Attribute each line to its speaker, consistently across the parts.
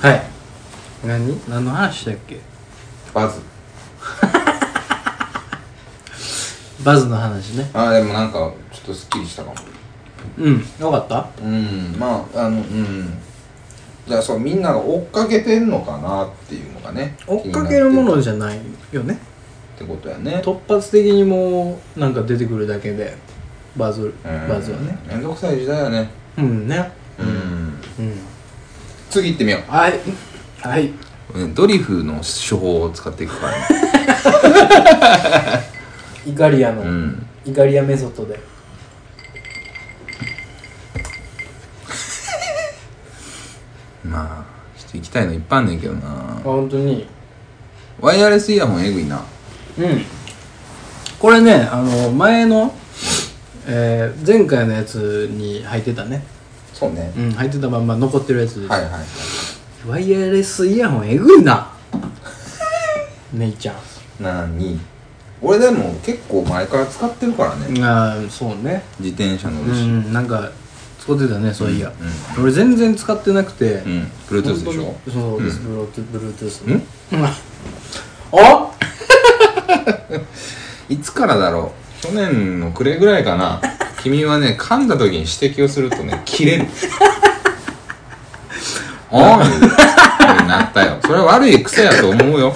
Speaker 1: はい何何の話したっけ
Speaker 2: バズ
Speaker 1: バズの話ね
Speaker 2: ああでもなんかちょっとすっきりしたかも
Speaker 1: うんよかった
Speaker 2: うんまああのうんじゃあそうみんなが追っかけてんのかなっていうのがね
Speaker 1: 追っかけるも
Speaker 2: 気になって
Speaker 1: のじゃないよね
Speaker 2: ってことやね
Speaker 1: 突発的にもうなんか出てくるだけでバズる
Speaker 2: うん
Speaker 1: バズはね
Speaker 2: めんどくさい時代やね
Speaker 1: うんね
Speaker 2: うん
Speaker 1: うん
Speaker 2: 次行ってみよ
Speaker 1: はいはい
Speaker 2: うんドリフの手法を使っていくからね
Speaker 1: イカリアの、
Speaker 2: うん
Speaker 1: イカリアメソッドで
Speaker 2: まあちょっと行きたいのいっぱいあんねんけどな
Speaker 1: あ本当に
Speaker 2: ワイヤレスイヤホンえぐいな
Speaker 1: うんこれねあの前の、えー前回のやつに入ってたね
Speaker 2: そうね
Speaker 1: うん入ってたまんま残ってるやつです、
Speaker 2: はいはい
Speaker 1: ワイヤレスイヤホンえぐい な姉ちゃん
Speaker 2: なに俺でも結構前から使ってるからね、
Speaker 1: ああそうね
Speaker 2: 自転車乗
Speaker 1: う
Speaker 2: るし
Speaker 1: んなんか使ってたねそういや、
Speaker 2: う
Speaker 1: 俺全然使ってなくて、
Speaker 2: ん、うん、Bluetooth でしょ
Speaker 1: 本当にそうです、ブロートブルートゥースね
Speaker 2: ん
Speaker 1: あ
Speaker 2: いつからだろう去年の暮れぐらい かな君はね噛んだ時に指摘をするとね切 れるおーってなったよそれは悪い癖やと思うよ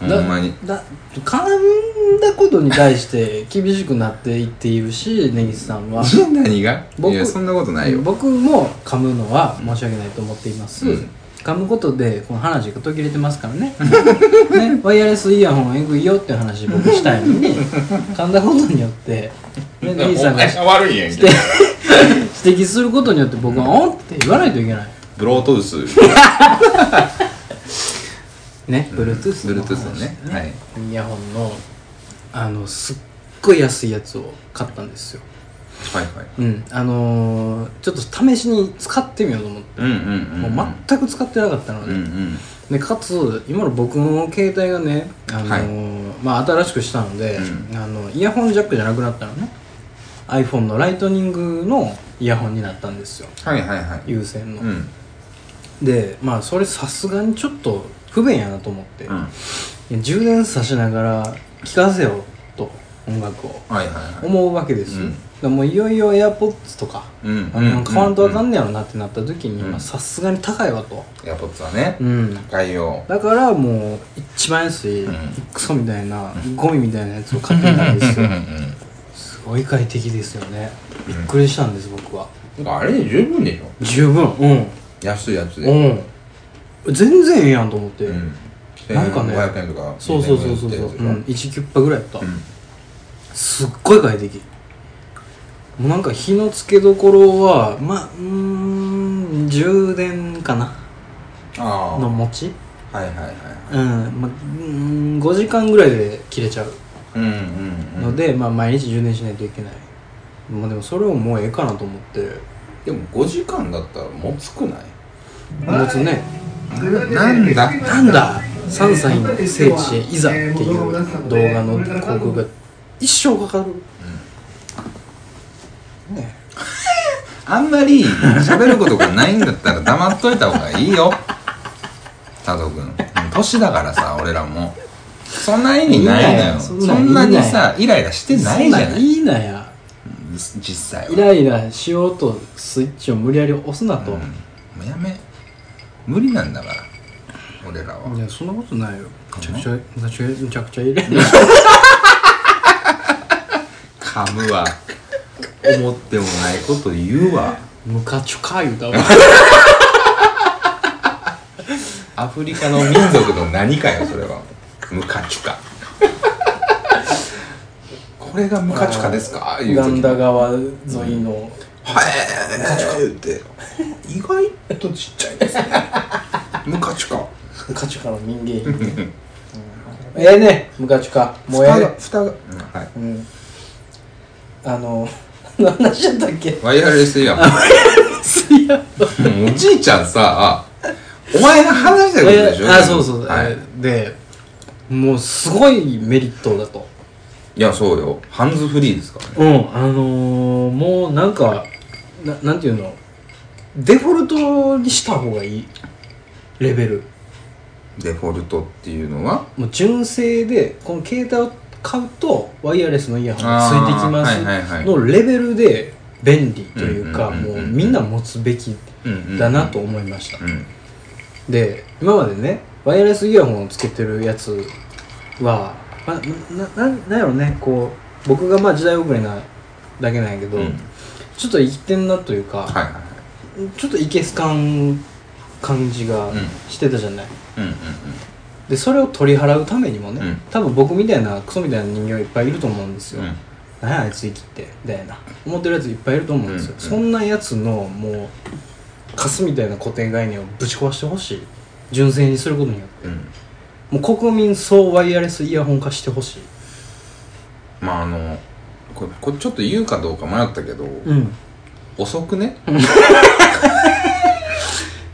Speaker 2: ほ
Speaker 1: だ
Speaker 2: んまに
Speaker 1: だ噛んだことに対して厳しくなっていっているし根岸さんは
Speaker 2: 何が
Speaker 1: 僕
Speaker 2: いやそんなことないよ
Speaker 1: 僕も噛むのは申し訳ないと思っています、
Speaker 2: うん
Speaker 1: 噛むことでこの話が途切れてますからね ねワイヤレスイヤホンえぐいよって話僕したいの に噛んだことによって、ね、根岸さんが
Speaker 2: お前
Speaker 1: 指
Speaker 2: が悪いやんけ
Speaker 1: て摘することによって僕は「おん?」って言わないといけない
Speaker 2: ブロートゥース
Speaker 1: ね Bluetooth の
Speaker 2: Bluetooth の
Speaker 1: 話
Speaker 2: ねはい
Speaker 1: イヤホンのあのすっごい安いやつを買ったんですよ
Speaker 2: はいはい
Speaker 1: うんあのーちょっと試しに使ってみようと思って、
Speaker 2: うんうんうん、うん、
Speaker 1: もう全く使ってなかったの
Speaker 2: う
Speaker 1: で,、
Speaker 2: んうん
Speaker 1: でかつ今の僕の携帯がね、あのーまあ、新しくしたので、
Speaker 2: う
Speaker 1: あのイヤホンジャックじゃなくなったのね iPhone のライトニングのイヤホンになったんですよ
Speaker 2: はいはいはい
Speaker 1: 有線の、
Speaker 2: うん
Speaker 1: でまあそれさすがにちょっと不便やなと思って、
Speaker 2: うん
Speaker 1: いや充電さしながら聴かせよと音楽を
Speaker 2: はいはいはい
Speaker 1: 思うわけですよ、
Speaker 2: うん
Speaker 1: だからもういよいよ AirPods とか、
Speaker 2: うん
Speaker 1: あの買わんとあか
Speaker 2: うん
Speaker 1: ねやろなってなった時に
Speaker 2: うん
Speaker 1: まあさすがに高いわと、
Speaker 2: んエアポッツはね
Speaker 1: うん、
Speaker 2: 高いよ
Speaker 1: だからもう一番安い、
Speaker 2: うん
Speaker 1: クソみたいなゴミみたいなやつを買ってみたんですよ
Speaker 2: うんう
Speaker 1: すごい快適ですよねびっくりしたんです僕は
Speaker 2: んうんあれで十分でしょ
Speaker 1: 十分うん
Speaker 2: 安いやつで
Speaker 1: うん全然ええやんと思って、
Speaker 2: うん
Speaker 1: なんかね
Speaker 2: 1500円とか
Speaker 1: そうそうそうそうそう、
Speaker 2: 2000
Speaker 1: うん、
Speaker 2: 円とか
Speaker 1: 1キュッパぐらいやった、
Speaker 2: うん
Speaker 1: すっごい快適もうなんか火のつけどころはまあうーん充電かな
Speaker 2: あ
Speaker 1: の持ち
Speaker 2: あはいはいはい
Speaker 1: うん,、まあ、うーん5時間ぐらいで切れちゃう
Speaker 2: うんうんうん
Speaker 1: ので、まあ毎日充電しないといけないまあでもそれをもうええかなと思って
Speaker 2: でも5時間だったら持つくない
Speaker 1: 持つね
Speaker 2: なんだ
Speaker 1: なんだ3歳の聖地へいざっていう動画の広告が一生かかる、ね
Speaker 2: あんまり喋ることがないんだったら黙っといた方がいいよ佐藤君年だからさ俺らもそんな意味ないのよ
Speaker 1: いい
Speaker 2: そ
Speaker 1: んだよそん
Speaker 2: ん
Speaker 1: な
Speaker 2: なん
Speaker 1: いいんだ
Speaker 2: に
Speaker 1: よ
Speaker 2: さイライラしてないじゃ
Speaker 1: そん
Speaker 2: なんい
Speaker 1: いいなや
Speaker 2: 実際
Speaker 1: イ
Speaker 2: は
Speaker 1: ライラしようとスイッチを無理やり押すなと、
Speaker 2: うんもうやめ無理なんだから俺らはい
Speaker 1: やそんなことないよめちゃ
Speaker 2: ち
Speaker 1: く
Speaker 2: ゃく
Speaker 1: ち
Speaker 2: ち
Speaker 1: ゃめちゃくちゃイライ
Speaker 2: 噛むわ思ってもないこと言うわ
Speaker 1: ムカチョカ言うたわ
Speaker 2: アフリカの民族の何かよそれはムカチュカこれがムカチュカですかいう
Speaker 1: ガ
Speaker 2: 時
Speaker 1: ンダ川沿いの
Speaker 2: はいムカチュカ言うて意外とちっちゃいですねムカチュカ
Speaker 1: ムカチョカの民 芸品うんええねムカチョカもうええね
Speaker 2: 蓋が蓋が、うんはい、
Speaker 1: うんあの 何の話だったっけ
Speaker 2: ワイヤレスイヤホンもうおじいちゃんさお前が話してることでしょ、
Speaker 1: えあそうそう、
Speaker 2: はい、
Speaker 1: えでもうすごいメリットだと
Speaker 2: いやそうよハンズフリーですから
Speaker 1: う
Speaker 2: ね
Speaker 1: んあのー、もうなんかななんていうのデフォルトにした方がいいレベル
Speaker 2: デフォルトっていうのは
Speaker 1: もう純正でこの携帯を買うとワイヤレスのイヤホンがついてきま
Speaker 2: あーはいはいは
Speaker 1: す
Speaker 2: い
Speaker 1: のレベルで便利というか
Speaker 2: うんうんうん
Speaker 1: も
Speaker 2: うん
Speaker 1: うみんな持つべきだなと思いました
Speaker 2: うん
Speaker 1: で今までねワイヤレスイヤホンをつけてるやつはまなななんやろねこう僕がまあ時代遅れなだけなんやけど、
Speaker 2: うん
Speaker 1: ちょっと生きてんなというか、
Speaker 2: はいはいはい
Speaker 1: ちょっといけすかん感じが
Speaker 2: うん
Speaker 1: してたじゃない、
Speaker 2: うんうん
Speaker 1: でそれを取り払うためにもね、
Speaker 2: うん
Speaker 1: 多分僕みたいなクソみたいな人間がいっぱいいると思うんですよ、
Speaker 2: うん
Speaker 1: なんやあいつ生きてみたいな思ってるやついっぱいいると思うんですよ、
Speaker 2: うん
Speaker 1: そんなやつのもうカスみたいな固定概念をぶち壊してほしい純正にすることによって
Speaker 2: うんうん
Speaker 1: もう国民総ワイヤレスイヤホン化してほしい
Speaker 2: まああのこれこれちょっと言うかどうか迷ったけど
Speaker 1: うん
Speaker 2: 遅くね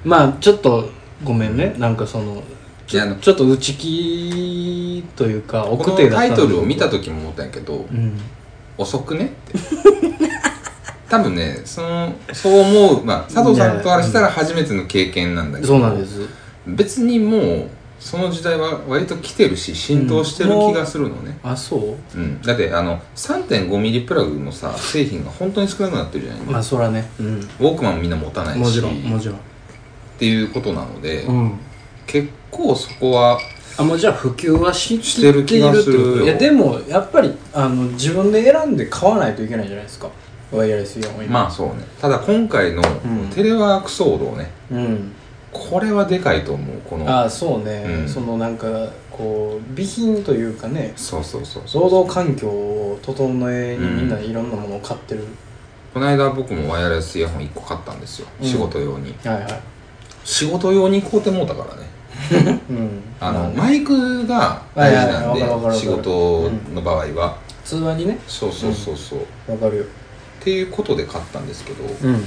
Speaker 1: まあちょっとごめんねなんかそのち
Speaker 2: いやあ
Speaker 1: ょ
Speaker 2: の
Speaker 1: ちょっと内気というか
Speaker 2: こ
Speaker 1: 奥
Speaker 2: の
Speaker 1: 手が
Speaker 2: タイトルを見た時も思ったんやけど
Speaker 1: うん
Speaker 2: 遅くねって 多分ねそのそう思う、まあ、佐藤さんとあれしたら初めての経験なんだけど
Speaker 1: そうなんです
Speaker 2: 別にもうその時代は割と来てるし浸透してる気がするのね、
Speaker 1: あそう
Speaker 2: うんだってあの3.5ミリプラグのさ製品が本当に少なくなってるじゃない、
Speaker 1: まあそらねうん
Speaker 2: ウォークマンもみんな持たないし
Speaker 1: もちろんもちろん
Speaker 2: っていうことなので、
Speaker 1: うん
Speaker 2: 結構そこは
Speaker 1: あもうじゃあ普及はし
Speaker 2: してる気がする
Speaker 1: ってこといやでもやっぱりあの自分で選んで買わないといけないじゃないですかワイヤレスイヤホン今
Speaker 2: まあそうねただ今回の
Speaker 1: ん
Speaker 2: テレワーク騒動ね、
Speaker 1: うん
Speaker 2: これはでかいと思うこの
Speaker 1: ああそうね、
Speaker 2: うん
Speaker 1: そのなんかこう備品というかね
Speaker 2: そうそうそうそう
Speaker 1: 労働環境を整えにみんないろんなものを買ってる、
Speaker 2: この間僕もワイヤレスイヤホン1個買ったんですよ、
Speaker 1: うん
Speaker 2: 仕事用に
Speaker 1: はいはい
Speaker 2: 仕事用に買うてもうたからね
Speaker 1: うん
Speaker 2: あの、
Speaker 1: ま
Speaker 2: マイクが大事なん
Speaker 1: はいはいはいわかるわかるわ
Speaker 2: で
Speaker 1: かる
Speaker 2: 仕事の場合は、
Speaker 1: 通話にね
Speaker 2: そうそうそうそう、っ
Speaker 1: わかるよ
Speaker 2: ていうことで買ったんですけど、
Speaker 1: うん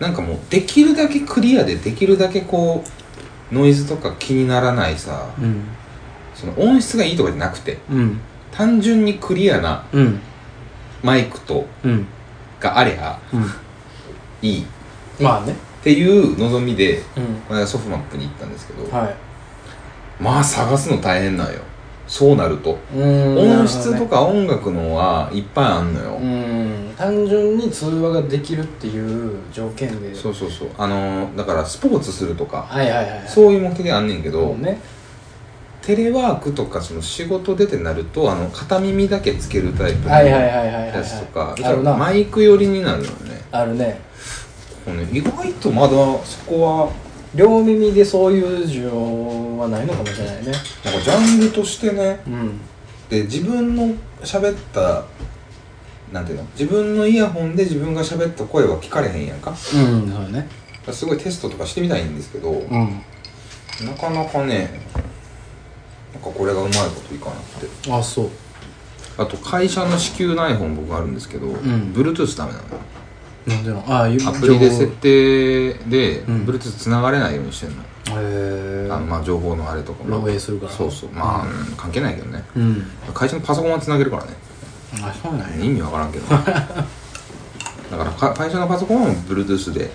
Speaker 2: なんかもうできるだけクリアでできるだけこうノイズとか気にならないさ、
Speaker 1: うん
Speaker 2: その音質がいいとかじゃなくて
Speaker 1: うん
Speaker 2: 単純にクリアな
Speaker 1: うん
Speaker 2: マイクと
Speaker 1: うん
Speaker 2: があれば
Speaker 1: うん
Speaker 2: いいっ
Speaker 1: まあね
Speaker 2: ていう望みで
Speaker 1: うん
Speaker 2: この間ソフマップに行ったんですけど、
Speaker 1: はい
Speaker 2: まあ探すの大変なんよそうなると、音
Speaker 1: 音
Speaker 2: 質とか音楽のはいっぱいあんのよ、
Speaker 1: うん単純に通話ができるっていう条件で
Speaker 2: そうそうそうあのーだからスポーツするとか
Speaker 1: はいはいはいはい
Speaker 2: そういう目的あんねんけ
Speaker 1: そ
Speaker 2: ど、
Speaker 1: うね
Speaker 2: テレワークとかその仕事でってなるとあの片耳だけつけるタイプの
Speaker 1: はいはいはいはいはいはい
Speaker 2: やつとか
Speaker 1: あるな
Speaker 2: マイク寄りになるのね
Speaker 1: あるね
Speaker 2: こうね意外とまだそこは
Speaker 1: 両耳でそういう需要はないのかもしれないね
Speaker 2: なんかジャンルとしてね
Speaker 1: うん
Speaker 2: で自分の喋ったなんていうの自分のイヤホンで自分が喋った声は聞かれへんやんかだか
Speaker 1: うんそうね
Speaker 2: らすごいテストとかしてみたいんですけど、
Speaker 1: うん
Speaker 2: なかなかねなんかこれがうまいこといかなって
Speaker 1: あそう
Speaker 2: あと会社の支給ない本僕あるんですけど、
Speaker 1: ん
Speaker 2: Bluetooth ダメなのよ
Speaker 1: なんでなんああいう
Speaker 2: アプリで設定で、
Speaker 1: うん
Speaker 2: Bluetooth 繋がれないようにしてんの,、
Speaker 1: 情報へえ
Speaker 2: あのまあ情報のあれとかも
Speaker 1: 漏洩するから
Speaker 2: そうそうまあ、うん関係ないけどね
Speaker 1: うん
Speaker 2: 会社のパソコンは繋げるからね
Speaker 1: あそうなんや
Speaker 2: 意味わからんけ どだからか会社のパソコンは Bluetooth で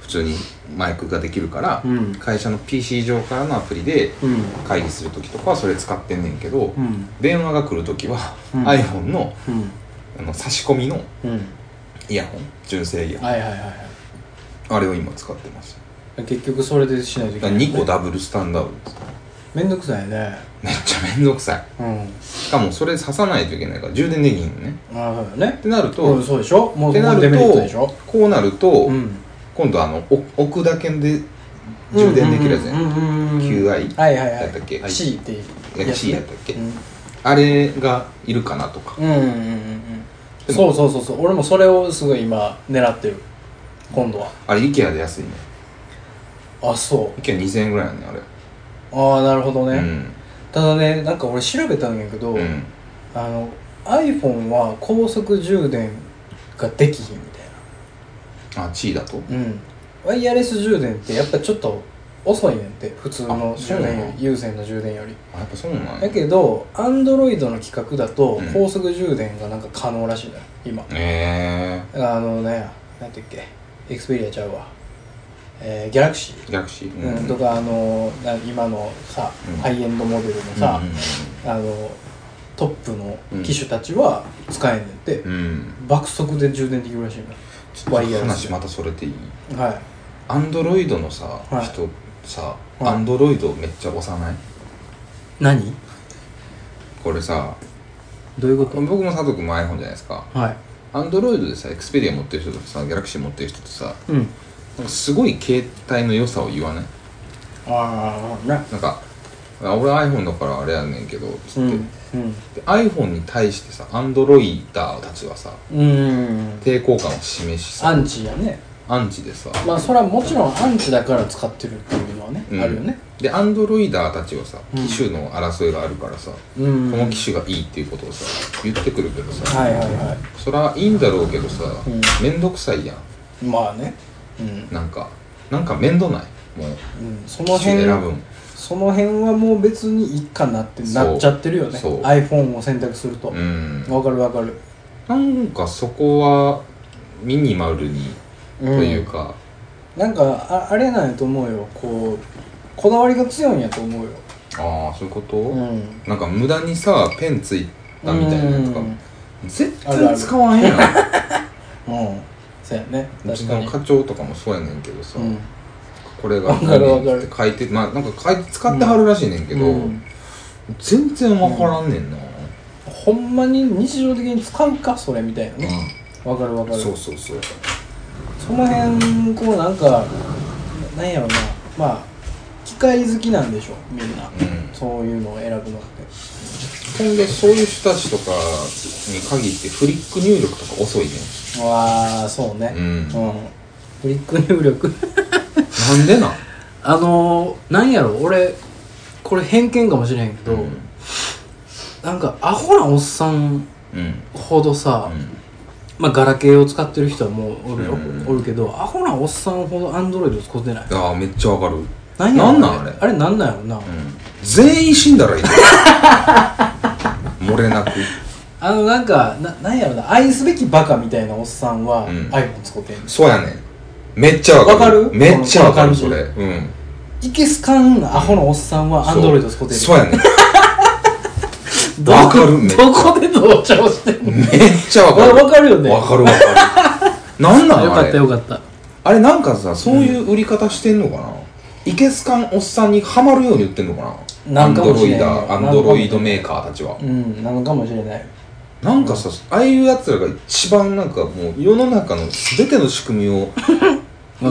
Speaker 2: 普通にマイクができるから、
Speaker 1: うん
Speaker 2: 会社の PC 上からのアプリで
Speaker 1: うん
Speaker 2: 会議する時とかはそれ使ってんねんけど、
Speaker 1: うん
Speaker 2: 電話が来るときは、
Speaker 1: うん
Speaker 2: iPhone の
Speaker 1: うん
Speaker 2: あの差し込みの
Speaker 1: うん
Speaker 2: イヤホン純正イヤホン
Speaker 1: はいはいはいはい
Speaker 2: あれを今使ってます
Speaker 1: 結局それでしないといけない
Speaker 2: 2個ダブルスタンダードです
Speaker 1: めんどくさいね
Speaker 2: めっちゃめんどくさ
Speaker 1: うん
Speaker 2: いしかもそれ刺さないといけないから充電できんのね
Speaker 1: まあそうだね
Speaker 2: ってなると、
Speaker 1: うんそうでしょも
Speaker 2: っ
Speaker 1: う
Speaker 2: てな
Speaker 1: もうデ
Speaker 2: る
Speaker 1: メリット
Speaker 2: と
Speaker 1: でしょ
Speaker 2: こうなると、
Speaker 1: うん
Speaker 2: 今度あのお置くだけで充電できるやつね、
Speaker 1: QI
Speaker 2: QI
Speaker 1: はいはいはい
Speaker 2: やったっけ
Speaker 1: C っていう
Speaker 2: や
Speaker 1: ね
Speaker 2: C やったっけ
Speaker 1: うん
Speaker 2: あれがいるかなとか
Speaker 1: うんうんうんうん
Speaker 2: で
Speaker 1: そ
Speaker 2: も
Speaker 1: うそうそうそう俺もそれをすごい今狙ってる今度は
Speaker 2: あれ IKEA で安いね
Speaker 1: あそ
Speaker 2: IKEA2000 円ぐらいなんねあれ
Speaker 1: うああなるほどね、
Speaker 2: うん
Speaker 1: ただねなんか俺調べたんやけど、
Speaker 2: うん
Speaker 1: あの iPhone は高速充電ができひんみ
Speaker 2: あ地位だと
Speaker 1: たいなうんワイヤレス充電ってやっぱちょっと遅いねんって普通の
Speaker 2: あ
Speaker 1: 充電より有線の充電より
Speaker 2: あやっぱそうなん
Speaker 1: だけど Android の規格だと
Speaker 2: うん
Speaker 1: 高速充電がなんか可能らしいのよ今
Speaker 2: ええ
Speaker 1: あのね、なんていうっけ、エクスペリアちゃうわ。ええーギャラクシー
Speaker 2: 逆し
Speaker 1: うん、とかあのな今のさ、
Speaker 2: うん
Speaker 1: ハイエンドモデルのさ、あのトップの機種たちは使えんねんって、
Speaker 2: うん、うん、
Speaker 1: 爆速で充電できるらしいの
Speaker 2: ちょっと
Speaker 1: ワイヤレス
Speaker 2: 話またそれていい
Speaker 1: はい
Speaker 2: アンドロイドのさ、
Speaker 1: はい
Speaker 2: 人さ
Speaker 1: はい
Speaker 2: アンドロイドめっちゃ押さない
Speaker 1: 何
Speaker 2: これさ
Speaker 1: どういうこと
Speaker 2: 僕も佐藤君も iPhone じゃないですか
Speaker 1: はい
Speaker 2: アンドロイドでさエクスペリア持ってる人とさギャラクシー持ってる人とさ
Speaker 1: うん
Speaker 2: なんかすごい携帯の良さを言わない
Speaker 1: ああね
Speaker 2: なんかあ俺 iPhone だからあれやねんけどつって、
Speaker 1: うん
Speaker 2: で iPhone に対してさアンドロイダーたちはさ
Speaker 1: うんうん
Speaker 2: 抵抗感を示し
Speaker 1: ア
Speaker 2: さ
Speaker 1: ンチやね
Speaker 2: アンチでさ、
Speaker 1: まあそれはもちろんアンチだから使ってるっていうのはね、
Speaker 2: うん
Speaker 1: あるよね
Speaker 2: でアンドロイダーたちはさ
Speaker 1: うん
Speaker 2: 機種の争いがあるからさ、
Speaker 1: うん
Speaker 2: この機種がいいっていうことをさ言ってくるけどさ、
Speaker 1: はいはいは
Speaker 2: そりゃいいんだろうけどさ、
Speaker 1: うん
Speaker 2: めんどくさいやん
Speaker 1: いまあねうん、
Speaker 2: なんかなんか面倒ないもう
Speaker 1: うん、その
Speaker 2: 機種
Speaker 1: 辺
Speaker 2: 選ぶん
Speaker 1: その辺はもう別に一家になって
Speaker 2: そう
Speaker 1: なっちゃってるよね
Speaker 2: そう
Speaker 1: iPhone を選択すると
Speaker 2: うん
Speaker 1: わかるわかる
Speaker 2: なんかそこはミニマルにと
Speaker 1: うん
Speaker 2: いうか、
Speaker 1: なんかああれなんやと思うよこうこだわりが強いんやと思うよ
Speaker 2: ああそういうこと、
Speaker 1: うん
Speaker 2: なんか無駄にさペンついたみたいなのとか、
Speaker 1: うん
Speaker 2: 絶
Speaker 1: あるあ
Speaker 2: 対
Speaker 1: る
Speaker 2: 使わへ んやん
Speaker 1: うんそうやね
Speaker 2: うち
Speaker 1: 確か
Speaker 2: の
Speaker 1: に
Speaker 2: 課長とかもそうやねんけどさ、
Speaker 1: うん
Speaker 2: これが
Speaker 1: わかるわかる
Speaker 2: って書いてまあなんか書いて使ってはるらしいねんけど、
Speaker 1: うん
Speaker 2: 全然わからんねんな、
Speaker 1: ほんまに日常的に使うかそれみたいなねわかるわかる
Speaker 2: そうそうそう
Speaker 1: その辺こうなんかなんやろなまあ機械好きなんでしょみんな、
Speaker 2: うん
Speaker 1: そういうのを選ぶのって
Speaker 2: ほんでそういう人たちとかに限ってフリック入力とか遅いね
Speaker 1: わあそうね
Speaker 2: うん
Speaker 1: うん、フリック入力
Speaker 2: なんでなん
Speaker 1: あのー、なんやろ俺これ偏見かもしれへんけど、
Speaker 2: うん
Speaker 1: なんかアホなおっさん
Speaker 2: うん
Speaker 1: ほどさ、
Speaker 2: う
Speaker 1: まあガラケーを使ってる人はもうおるよ、
Speaker 2: うん
Speaker 1: おるけどアホなおっさんほどアンドロイド使ってない
Speaker 2: んああめっちゃわかる
Speaker 1: なんやろ
Speaker 2: なんなんあれ
Speaker 1: あれなんなんやろな、
Speaker 2: 全員死んだらいいね漏れなく
Speaker 1: あのなんかななんやろな愛すべきバカみたいなおっさんは、
Speaker 2: うん
Speaker 1: iPhone 使ってんの
Speaker 2: そうやねんめっちゃわかる
Speaker 1: わかる
Speaker 2: めっちゃわかる
Speaker 1: こ
Speaker 2: そ
Speaker 1: の
Speaker 2: れ
Speaker 1: 感
Speaker 2: うん
Speaker 1: いけすかんアホのおっさんはアンドロイド使ってる
Speaker 2: そうそうやねん
Speaker 1: ど
Speaker 2: わかるめっちゃ
Speaker 1: どこで同調してんの
Speaker 2: めっちゃわかる
Speaker 1: わわかるよね
Speaker 2: わかる わかるなんな
Speaker 1: よ
Speaker 2: のあ
Speaker 1: かった
Speaker 2: れ
Speaker 1: よかった
Speaker 2: あれなんかさそういう売り方してんのかな、いけすかんおっさんにはまるように売ってんのかな
Speaker 1: なんかもしれん
Speaker 2: アンドロイダーアンドロイドメーカーたちは
Speaker 1: うんなのかもしれない
Speaker 2: なんかさああいうやつらが一番なんかもう世の中の全ての仕組 みを
Speaker 1: わかる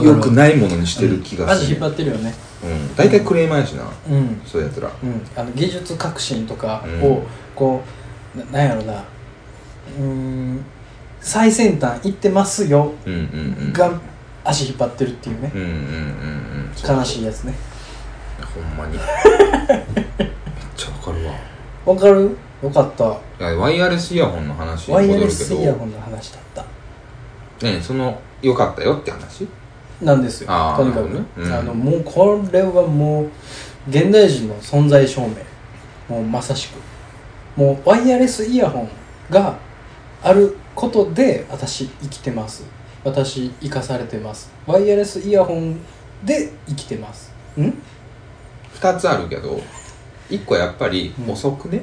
Speaker 2: 良くないものにしてる気が
Speaker 1: 味
Speaker 2: す
Speaker 1: 引っ
Speaker 2: る、
Speaker 1: 張ってるよね
Speaker 2: うん、大体クレーマーやしな
Speaker 1: うん
Speaker 2: そういうやつら
Speaker 1: うん、あの技術革新とか
Speaker 2: う
Speaker 1: を
Speaker 2: ん
Speaker 1: こう、ななんやろなうーん最先端行ってますよ
Speaker 2: うんうんうん
Speaker 1: が足引っ張ってるっていうね
Speaker 2: うんうんうんうんそう
Speaker 1: 悲しいやつね
Speaker 2: ほん まにめっちゃわかるわ
Speaker 1: わかるよかった
Speaker 2: いやワイヤレスイヤホンの話に
Speaker 1: ワイ
Speaker 2: 戻
Speaker 1: ヤ
Speaker 2: る
Speaker 1: レ
Speaker 2: け
Speaker 1: ス
Speaker 2: ど
Speaker 1: イヤホンの話だった
Speaker 2: ねえその良かったよって話
Speaker 1: なんですよ
Speaker 2: あー
Speaker 1: とにかく
Speaker 2: なる
Speaker 1: ね
Speaker 2: ほ、どねうん
Speaker 1: あのもうこれはもう現代人の存在証明もうまさしくもうワイヤレスイヤホンがあることで私生きてます私生かされてますワイヤレスイヤホンで生きてますん
Speaker 2: 2つあるけど1個やっぱり
Speaker 1: うん
Speaker 2: 遅くね、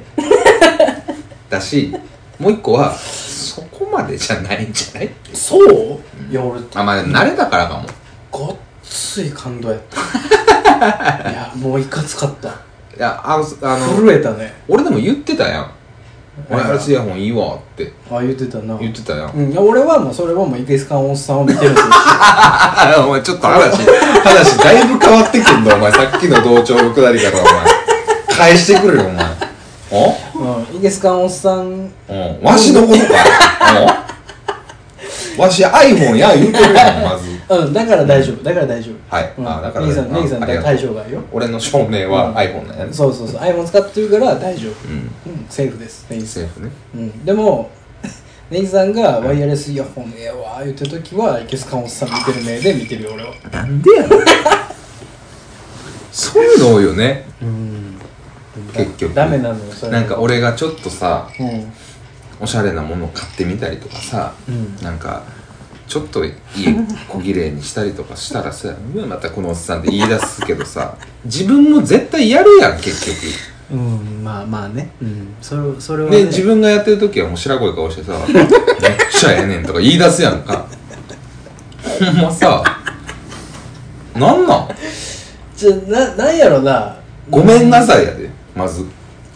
Speaker 2: だしもう1個はそこまでじゃないんじゃない
Speaker 1: そういや俺
Speaker 2: あまあでも慣れたからかも
Speaker 1: ごっつい感動やった いやもういかつかった
Speaker 2: いやあのあの
Speaker 1: 震えたね
Speaker 2: 俺でも言ってたやん「ワイヤレスイ
Speaker 1: あ
Speaker 2: ヤホンいいわ」って
Speaker 1: 言ってたな
Speaker 2: 言ってたやん
Speaker 1: うん、いや俺はもうそれはもうイケスカンおっさんを見てるんですよ
Speaker 2: ああお前ちょっと話話だいぶ変わってきてんだお前さっきの同調のくだりからお前返してくれよお前 お
Speaker 1: うん、イケスカンおっさん
Speaker 2: うん、わしのこと か。うん、わし iPhone や言うてるやん、まず。
Speaker 1: うんだから大丈夫だから大丈夫
Speaker 2: はい
Speaker 1: うん、
Speaker 2: あだから
Speaker 1: ネギさん
Speaker 2: あ
Speaker 1: ネギさん
Speaker 2: ありがとう
Speaker 1: 対象外よ
Speaker 2: 俺の証明
Speaker 1: う
Speaker 2: は
Speaker 1: ん
Speaker 2: iPhone なんやね。
Speaker 1: そうそうそう iPhone 使ってるから大丈夫
Speaker 2: うん。
Speaker 1: うんセーフですネギさん、
Speaker 2: セーフね。
Speaker 1: うん、でも ネギさんがワイヤレスイヤホンええわ言ってる時はイケスカンおっさん見てる目で見てるよ俺は
Speaker 2: なんでやろそういうの多いよね。
Speaker 1: うん
Speaker 2: 結局
Speaker 1: ダメなのよそれ
Speaker 2: なんか俺がちょっとさ、
Speaker 1: うん
Speaker 2: おしゃれなものを買ってみたりとかさ、
Speaker 1: うん
Speaker 2: なんか、ちょっと家小綺麗にしたりとかしたらさうわまたこのおっさんって言い出すけどさ自分も絶対やるやん結
Speaker 1: う
Speaker 2: 局。
Speaker 1: んまあまあねうんそれそれはね
Speaker 2: で自分がやってる時はもう白い顔して さ「めっちゃええねん」とか言い出すやんかほんまさなんなん
Speaker 1: じゃななんやろな
Speaker 2: ごめんなさいやでまず、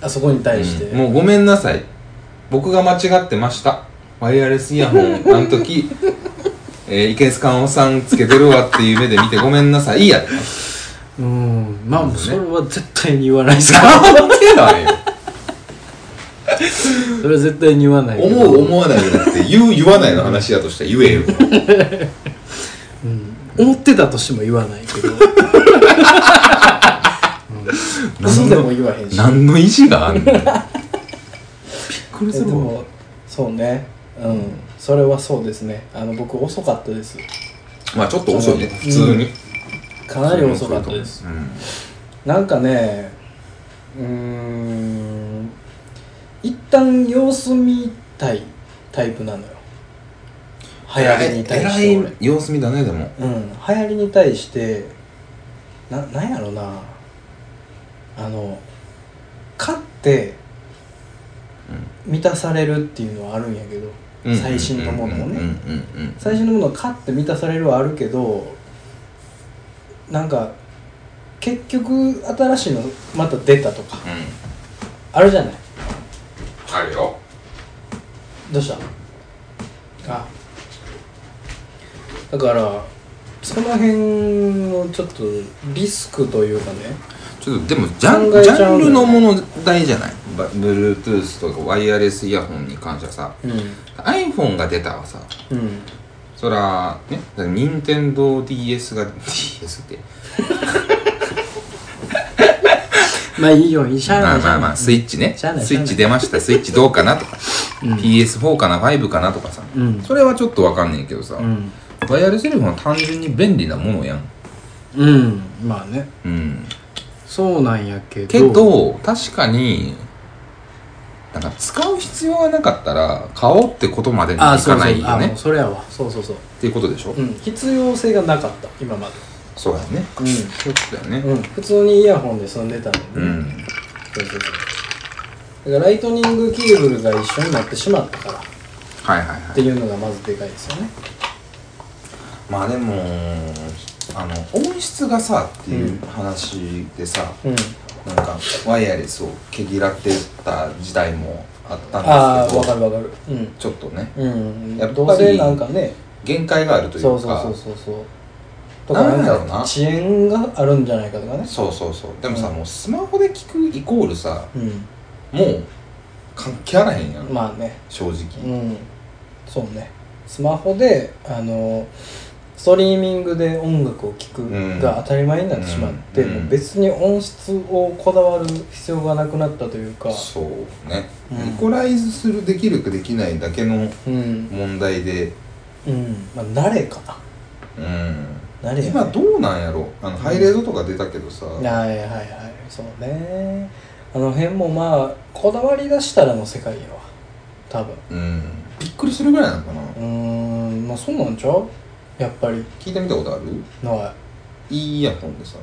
Speaker 1: あそこに対して、
Speaker 2: うんもうごめんなさい僕が間違ってましたワイヤレスイヤホンあの 時えー、いけすかんおっさんつけてるわっていう目で見てごめんなさいいいやで
Speaker 1: うんまあ、
Speaker 2: ね
Speaker 1: それは絶対に言わない ですから
Speaker 2: なんでなんよ
Speaker 1: それは絶対に言わないけど
Speaker 2: 思う思わないじゃなくて言う言わないの話やとしたら言 えよ
Speaker 1: 思ってたとしても言わないけ どうん嘘でも言わへんし
Speaker 2: 何の意地があんのびっくり
Speaker 1: え
Speaker 2: す
Speaker 1: で
Speaker 2: るわ
Speaker 1: もそうねうん、それはそうですねあの僕遅かったです
Speaker 2: まあちょっと遅いね普通に
Speaker 1: かなり遅かったです
Speaker 2: うん
Speaker 1: なんかねうーん一旦様子見たいタイプなのよ流行りに対して
Speaker 2: えらい様子見だねでも
Speaker 1: 俺うん流行りに対してななんやろなあの勝って満たされるっていうのはあるんやけど、最新のものをね、
Speaker 2: うんうんうん
Speaker 1: 最新のものが勝って満たされるはあるけどなんか結局新しいのまた出たとか
Speaker 2: うん
Speaker 1: あるじゃない
Speaker 2: あるよ
Speaker 1: どうしたあだからその辺のちょっとリスクというかね
Speaker 2: ちょっとでもジャン
Speaker 1: 考えち
Speaker 2: ジ
Speaker 1: ゃうのよ
Speaker 2: ャンルのもの大じゃないば Bluetooth とかワイヤレスイヤホンに関してはさ
Speaker 1: う
Speaker 2: iPhone が出たわさ
Speaker 1: んうん
Speaker 2: そらね任天堂 d s が DS って
Speaker 1: まあいいよいいしゃあな
Speaker 2: まあ
Speaker 1: い
Speaker 2: まあまあスイッチね
Speaker 1: しゃあない
Speaker 2: スイッチ出ましたスイッチどうかなとか PS4 かな5かなとかさ
Speaker 1: うん
Speaker 2: それはちょっとわかんねえけどさ
Speaker 1: うん
Speaker 2: ワイヤレスイヤホンは単純に便利なものやん
Speaker 1: うんまあね
Speaker 2: うん
Speaker 1: そうなんやけど
Speaker 2: けど確かになんか使う必要がなかったら買おうってことまでにい
Speaker 1: あそ
Speaker 2: か
Speaker 1: う
Speaker 2: な
Speaker 1: そう
Speaker 2: いよ
Speaker 1: あも
Speaker 2: ね
Speaker 1: うそれやわそうそうそう、
Speaker 2: っていうことでしょ、
Speaker 1: うん、必要性がなかった今まで
Speaker 2: そうだよね
Speaker 1: うん
Speaker 2: そういうことだよね
Speaker 1: うん、普通にイヤホンで住んでたの
Speaker 2: う
Speaker 1: に、
Speaker 2: ん
Speaker 1: そうそうそうだからライトニングケーブルが一緒になってしまったからっ
Speaker 2: はいはいは
Speaker 1: て
Speaker 2: い
Speaker 1: いうのがまずでかいですよね
Speaker 2: まあでもあの音質がさっていう話でさ、
Speaker 1: うん
Speaker 2: なんかワイヤレスを毛嫌ってた時代もあった
Speaker 1: あ
Speaker 2: んで
Speaker 1: あわ
Speaker 2: すけ
Speaker 1: か
Speaker 2: ど
Speaker 1: るわかるうん
Speaker 2: ちょっとね
Speaker 1: うん
Speaker 2: やっぱ
Speaker 1: ど
Speaker 2: り
Speaker 1: うせなんかね
Speaker 2: 限界があるというか
Speaker 1: そうそうそうそうそうとか
Speaker 2: なんだ
Speaker 1: な
Speaker 2: ろうんな
Speaker 1: か遅延があるんじゃないかとかね
Speaker 2: そうそうそうでもさ、
Speaker 1: うん
Speaker 2: もうスマホで聞くイコールさ
Speaker 1: う
Speaker 2: もう関係あらへんやん、
Speaker 1: んまあね
Speaker 2: 正直、
Speaker 1: うんそうねスマホであのストリーミングで音楽を聴
Speaker 2: うん
Speaker 1: くが当たり前になってしまって、
Speaker 2: うん
Speaker 1: もう別に音質をこだわる必要がなくなったというか
Speaker 2: そうね、
Speaker 1: うん
Speaker 2: イコライズするできるかできないだけの
Speaker 1: うん、
Speaker 2: 問題で
Speaker 1: うん、まあ慣れか
Speaker 2: うん
Speaker 1: な慣れやね
Speaker 2: 今どうなんやろあの、
Speaker 1: ん
Speaker 2: ハイレゾとか出たけどさ
Speaker 1: はいはいはいそうねあの辺もまあこだわりだしたらの世界やわ多分
Speaker 2: うんびっくりするぐらいなのかな、
Speaker 1: うーんまあそうなんちゃうやっぱり
Speaker 2: 聞いてみたことある
Speaker 1: ない
Speaker 2: いいイヤホンでさ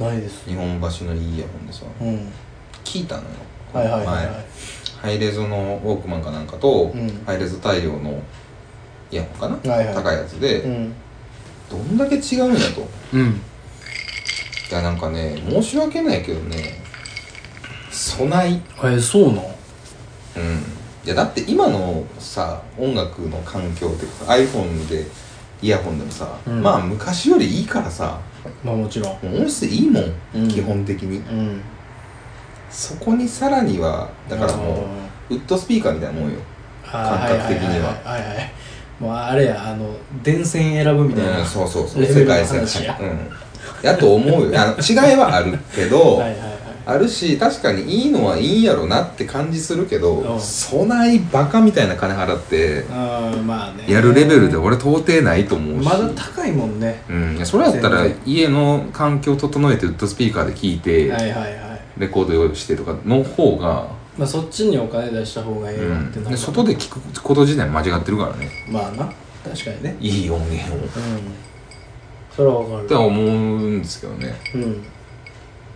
Speaker 1: ないです
Speaker 2: 日本橋のいいイヤホンでさ
Speaker 1: うん
Speaker 2: 聞いたのよ
Speaker 1: はいはいはい
Speaker 2: 前
Speaker 1: はい
Speaker 2: ハイレゾのウォークマンかなんかと、
Speaker 1: うん
Speaker 2: ハイレゾ対応のイヤホンかな、
Speaker 1: はいはい
Speaker 2: 高いやつで、
Speaker 1: うん
Speaker 2: どんだけ違うんやとい
Speaker 1: うん
Speaker 2: やなんかね申し訳ないけどね備え
Speaker 1: えそうなん
Speaker 2: うんいやだって今のさ音楽の環境っていうか iPhone でイヤホンでもさ、
Speaker 1: うん
Speaker 2: まあ昔よりいいからさ
Speaker 1: まあもちろん
Speaker 2: もう音質いいもん、
Speaker 1: うん
Speaker 2: 基本的に
Speaker 1: うん
Speaker 2: そこにさらにはだからもうウッドスピーカーみたいなもんよ
Speaker 1: 感
Speaker 2: 感覚的には
Speaker 1: はいはいはいもうあれやあの電線選ぶみたいな
Speaker 2: うん、そうそうそう
Speaker 1: レベ
Speaker 2: 世
Speaker 1: ルの
Speaker 2: 界線
Speaker 1: 話や
Speaker 2: うんやと思うよあの違いはあるけど、
Speaker 1: はいはいはい
Speaker 2: あるし確かにいいのはいいんやろなって感じするけ
Speaker 1: う
Speaker 2: ど
Speaker 1: ん
Speaker 2: そないバカみたいな金払って
Speaker 1: うんまあね
Speaker 2: やるレベルで俺到底ないと思うし
Speaker 1: まだ高いもんね
Speaker 2: うん、いやそれやったら
Speaker 1: 全然
Speaker 2: 家の環境整えてウッドスピーカーで聴いて、
Speaker 1: はいはいはい
Speaker 2: レコード用意してとかの方が、
Speaker 1: まあそっちにお金出した方が
Speaker 2: う
Speaker 1: ええわっ
Speaker 2: ん
Speaker 1: てな、る
Speaker 2: で外で聴くこと自体間違ってるからね
Speaker 1: まあな確かにね
Speaker 2: いい音源をっ
Speaker 1: うんそれはわ
Speaker 2: て
Speaker 1: か
Speaker 2: 思うんですけどね
Speaker 1: るうん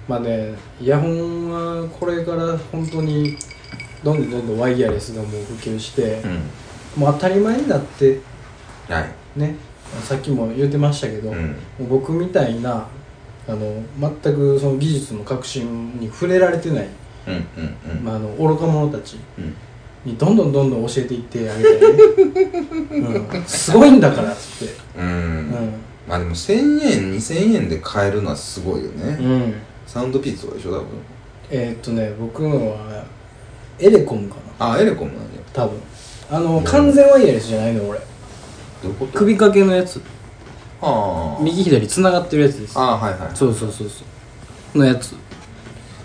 Speaker 1: まあねイヤホンはこれから本当にどんどんどんどんワイヤレスがもう普及して、
Speaker 2: うん
Speaker 1: もう当たり前になって
Speaker 2: はい
Speaker 1: ねさっきも言ってましたけど、
Speaker 2: うん
Speaker 1: もう僕みたいなあの全くその技術の革新に触れられてない、
Speaker 2: うんうん
Speaker 1: まあ、あの愚か者たち
Speaker 2: うんうん
Speaker 1: にどんどんどんどん教えていってあげて、ねうん、すごいんだからっつって、う
Speaker 2: う
Speaker 1: んん
Speaker 2: まあでも1000円2000円で買えるのはすごいよね、
Speaker 1: うん、
Speaker 2: サウンドピースとかでしょ多分
Speaker 1: えーっとね僕のはエレコムかな
Speaker 2: あエレコムなんだよ
Speaker 1: 多分あの、完全ワイヤレスじゃないの俺
Speaker 2: どういうこと
Speaker 1: 首掛けのやつ
Speaker 2: ああ
Speaker 1: 右左繋がってるやつです
Speaker 2: ああはいは
Speaker 1: そうそうそうそうのやつ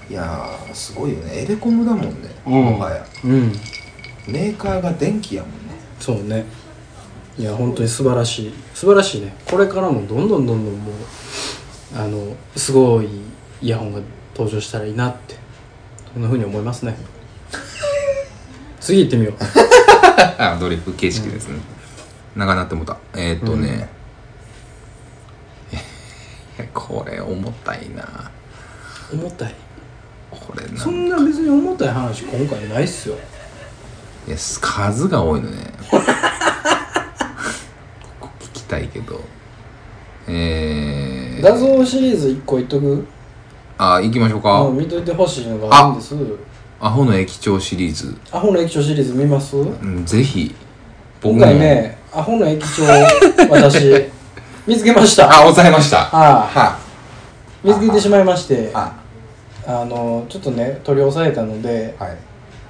Speaker 2: いいやーすごいよねエレコムだもんね、
Speaker 1: うん
Speaker 2: もはや
Speaker 1: うん
Speaker 2: メーカーが電気やもんね
Speaker 1: そうねいや本当に素晴らしい素晴らしいねこれからもどんどんどんどんもうあのすごいイヤホンが登場したらいいなってそんなふうに思いますね次行ってみよう
Speaker 2: あ ドリップ形式ですね、長なってもうたえー、っとね、 これ重たいな
Speaker 1: 重たい
Speaker 2: これな
Speaker 1: そんな別に重たい話今回ないっすよ
Speaker 2: いや数が多いの ねここ聞きたいけどえー、
Speaker 1: 画像シリーズ1個言っとく
Speaker 2: あ行きましょうか、
Speaker 1: もう見といてほしいのがあるんです
Speaker 2: アホの駅長シリーズ、
Speaker 1: アホの液晶シリーズ見ます
Speaker 2: うん、ぜひ
Speaker 1: 今
Speaker 2: も
Speaker 1: 回ねアホの液晶を 私見つけました
Speaker 2: あ抑えましたは
Speaker 1: ああ
Speaker 2: あ
Speaker 1: 見つけてしまいまして
Speaker 2: あ
Speaker 1: あのちょっとね取り押さえたので
Speaker 2: はい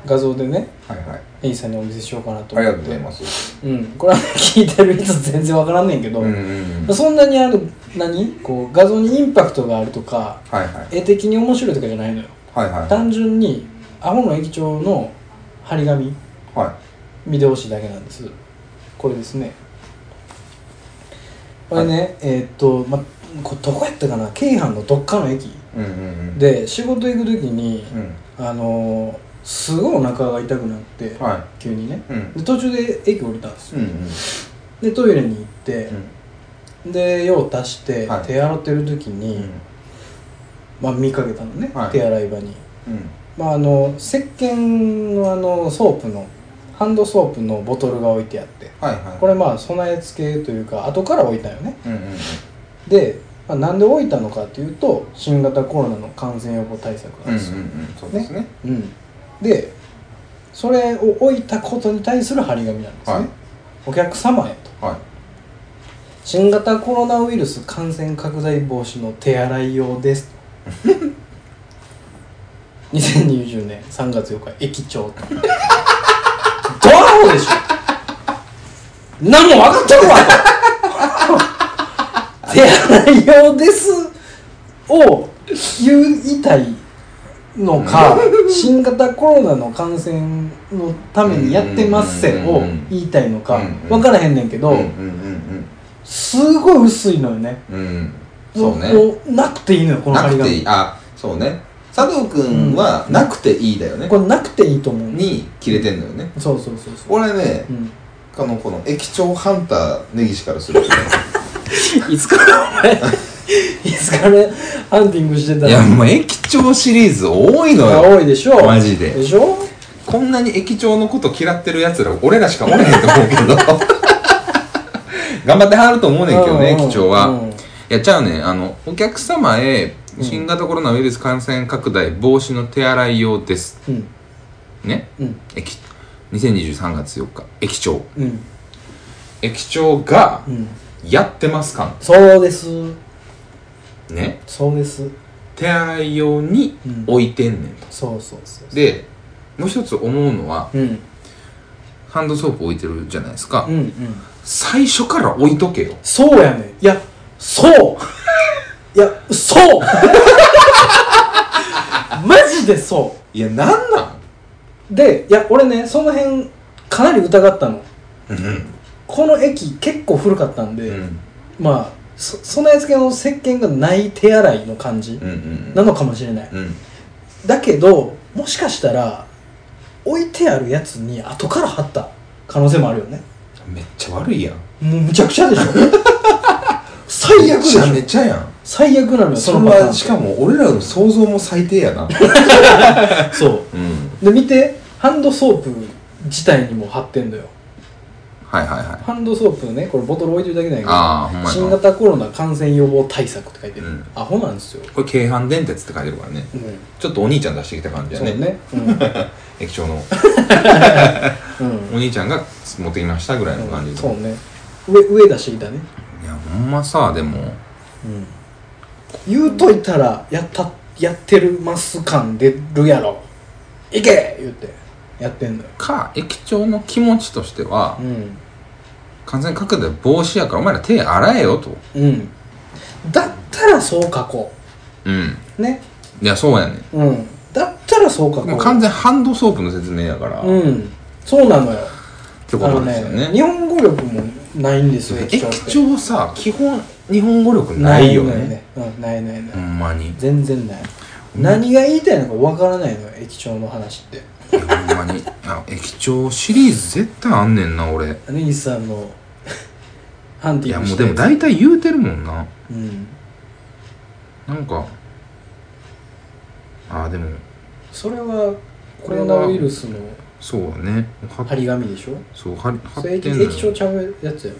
Speaker 1: 画像でね
Speaker 2: はいはい
Speaker 1: エイさんにお見せしようかなと
Speaker 2: あり
Speaker 1: 思
Speaker 2: が
Speaker 1: っ
Speaker 2: とう
Speaker 1: て
Speaker 2: ございます
Speaker 1: うん、これはね聞いてる人全然わからんねんけど、
Speaker 2: うんうんうん
Speaker 1: そんなにある何こう画像にインパクトがあるとか
Speaker 2: はいはい
Speaker 1: 絵的に面白いとかじゃないのよ
Speaker 2: はいはい
Speaker 1: 単純にアホの駅長の張り紙
Speaker 2: はい
Speaker 1: 見てほしいだけなんですこれですねこれね、えーっと、ま、これどこやったかな京阪のどっかの駅
Speaker 2: うんうんうん
Speaker 1: で仕事行く時に、
Speaker 2: うん
Speaker 1: あのーすごいお腹が痛くなって、
Speaker 2: は
Speaker 1: 急にね
Speaker 2: いうん
Speaker 1: で途中で駅降りたんですよ
Speaker 2: うんうん
Speaker 1: でトイレに行って、で用を足して、
Speaker 2: はい
Speaker 1: 手洗ってる時
Speaker 2: う
Speaker 1: に、
Speaker 2: ん
Speaker 1: まあ、見かけたのね、
Speaker 2: はい
Speaker 1: 手洗い場に、
Speaker 2: うん
Speaker 1: まあ、あの石鹸のあのソープのハンドソープのボトルが置いてあって
Speaker 2: はいはい
Speaker 1: これまあ備え付けというか後から置いたよね
Speaker 2: うんうんうん
Speaker 1: で、まあ、なんで置いたのかというと新型コロナの感染予防対策
Speaker 2: う
Speaker 1: なんで
Speaker 2: んうん
Speaker 1: すよ、
Speaker 2: うんそうですね
Speaker 1: うんでそれを置いたことに対する張り紙なんですね、
Speaker 2: はい
Speaker 1: お客様へと
Speaker 2: は
Speaker 1: 新型コロナウイルス感染拡大防止の手洗い用です 2020年3月4日駅長ドアホでしょ何も分かっとるわと手洗い用ですを言いたいの か新型コロナの感染のためにやってますせを言いたいのか分からへんねんけど、
Speaker 2: うんうんうん
Speaker 1: すごい薄いのよね
Speaker 2: うんうんそうね
Speaker 1: ももうなくていいのよこの
Speaker 2: な
Speaker 1: 張り
Speaker 2: くてい
Speaker 1: 紙
Speaker 2: いあそうね佐藤君はなくていいだよね
Speaker 1: これなくていいと思う
Speaker 2: に切れてんのよね
Speaker 1: そうそうそうそう、
Speaker 2: 俺ね
Speaker 1: うん、
Speaker 2: あのこの駅長ハンター根岸からするとね
Speaker 1: いつからお前 いつからハンティングしてた
Speaker 2: い
Speaker 1: ら
Speaker 2: やもう駅長シリーズ多いのよ
Speaker 1: 多いでしょ
Speaker 2: マジで
Speaker 1: でしょ
Speaker 2: こんなに駅長のこと嫌ってるやつら俺らしかおれへんと思うけど 頑張ってはると思うねんけど
Speaker 1: うんう
Speaker 2: ね
Speaker 1: ん
Speaker 2: 駅長は、
Speaker 1: うん
Speaker 2: いやちゃうねんあのお客様へ
Speaker 1: うん
Speaker 2: 新型コロナウイルス感染拡大防止の手洗い用です
Speaker 1: うん
Speaker 2: ね
Speaker 1: うん
Speaker 2: 駅2023月4日駅長
Speaker 1: うん
Speaker 2: 駅長が
Speaker 1: うん
Speaker 2: やってますか
Speaker 1: そうです
Speaker 2: ね
Speaker 1: そうです
Speaker 2: 手洗い用に置いてんねんと、
Speaker 1: そうそうそう
Speaker 2: でもう一つ思うのは
Speaker 1: うん
Speaker 2: ハンドソープ置いてるじゃないですか、
Speaker 1: うんうん
Speaker 2: 最初から置いとけよ
Speaker 1: そうやねんいやそういや そうマジでそう
Speaker 2: いやなんなん
Speaker 1: でいや俺ねその辺かなり疑ったの
Speaker 2: うん
Speaker 1: この駅結構古かったんで、
Speaker 2: うん
Speaker 1: まあそそのやつけの石鹸がない手洗いの感じ
Speaker 2: うんうん
Speaker 1: なのかもしれない、
Speaker 2: うん
Speaker 1: だけどもしかしたら置いてあるやつに後から貼った可能性もあるよね
Speaker 2: めっちゃ悪いやん
Speaker 1: もうむちゃくち ゃでしょ最悪でしょ
Speaker 2: めっちゃめちゃやん
Speaker 1: 最悪なのよ
Speaker 2: それ
Speaker 1: パターン
Speaker 2: はしかも俺らの想像も最低やな
Speaker 1: そう
Speaker 2: うん
Speaker 1: で見てハンドソープ自体にも貼ってんだよ
Speaker 2: はいはいはい
Speaker 1: ハンドソープねこれボトル置いてるだけなんや
Speaker 2: ああほん
Speaker 1: け
Speaker 2: ま
Speaker 1: ど
Speaker 2: や
Speaker 1: 新
Speaker 2: な
Speaker 1: 型コロナ感染予防対策って書いてる、
Speaker 2: うん
Speaker 1: アホなんですよ、
Speaker 2: これ京阪電鉄って書いてるからね
Speaker 1: うん、
Speaker 2: ちょっとお兄ちゃん出してきた感じや
Speaker 1: そう
Speaker 2: ね
Speaker 1: ね
Speaker 2: 駅長の
Speaker 1: うん、うん
Speaker 2: お兄ちゃんが持ってきましたぐらいの 感
Speaker 1: う
Speaker 2: じ
Speaker 1: ん、
Speaker 2: で、
Speaker 1: そうね上上出してきたね、
Speaker 2: いやほんまさでも
Speaker 1: うん、言うといたらやったやってるます感出るやろいけ言ってやってんだよ
Speaker 2: か駅長の気持ちとしては、
Speaker 1: うん
Speaker 2: 感染拡大防止やからお前ら手洗えよと
Speaker 1: うんだったらそう書こ
Speaker 2: うん
Speaker 1: うね
Speaker 2: いやそうやね
Speaker 1: うんだったらそう書こう
Speaker 2: もう完全ハンドソープの説明やから、っ
Speaker 1: うんそうなのよ
Speaker 2: てことですよね
Speaker 1: あの日本語力もないんですよ
Speaker 2: 駅
Speaker 1: って
Speaker 2: 長はさ基本日本語力ないよね
Speaker 1: のうん、ないないない、
Speaker 2: ほんまに
Speaker 1: 全然ない、何が言いたいのかわからないのよ駅長の話って
Speaker 2: ほんまに あ駅長シリーズ絶対あんねんな俺
Speaker 1: 根岸さんの ハンテ
Speaker 2: い
Speaker 1: ィ
Speaker 2: や
Speaker 1: ング
Speaker 2: も
Speaker 1: し
Speaker 2: う
Speaker 1: て
Speaker 2: でも大体言うてるもんな
Speaker 1: うん
Speaker 2: なんかああでも
Speaker 1: それはコロナウイルスの
Speaker 2: そうだねは
Speaker 1: 張り紙でしょ
Speaker 2: そうは貼っ
Speaker 1: それ駅
Speaker 2: てんのよ
Speaker 1: 駅長ちゃうやつや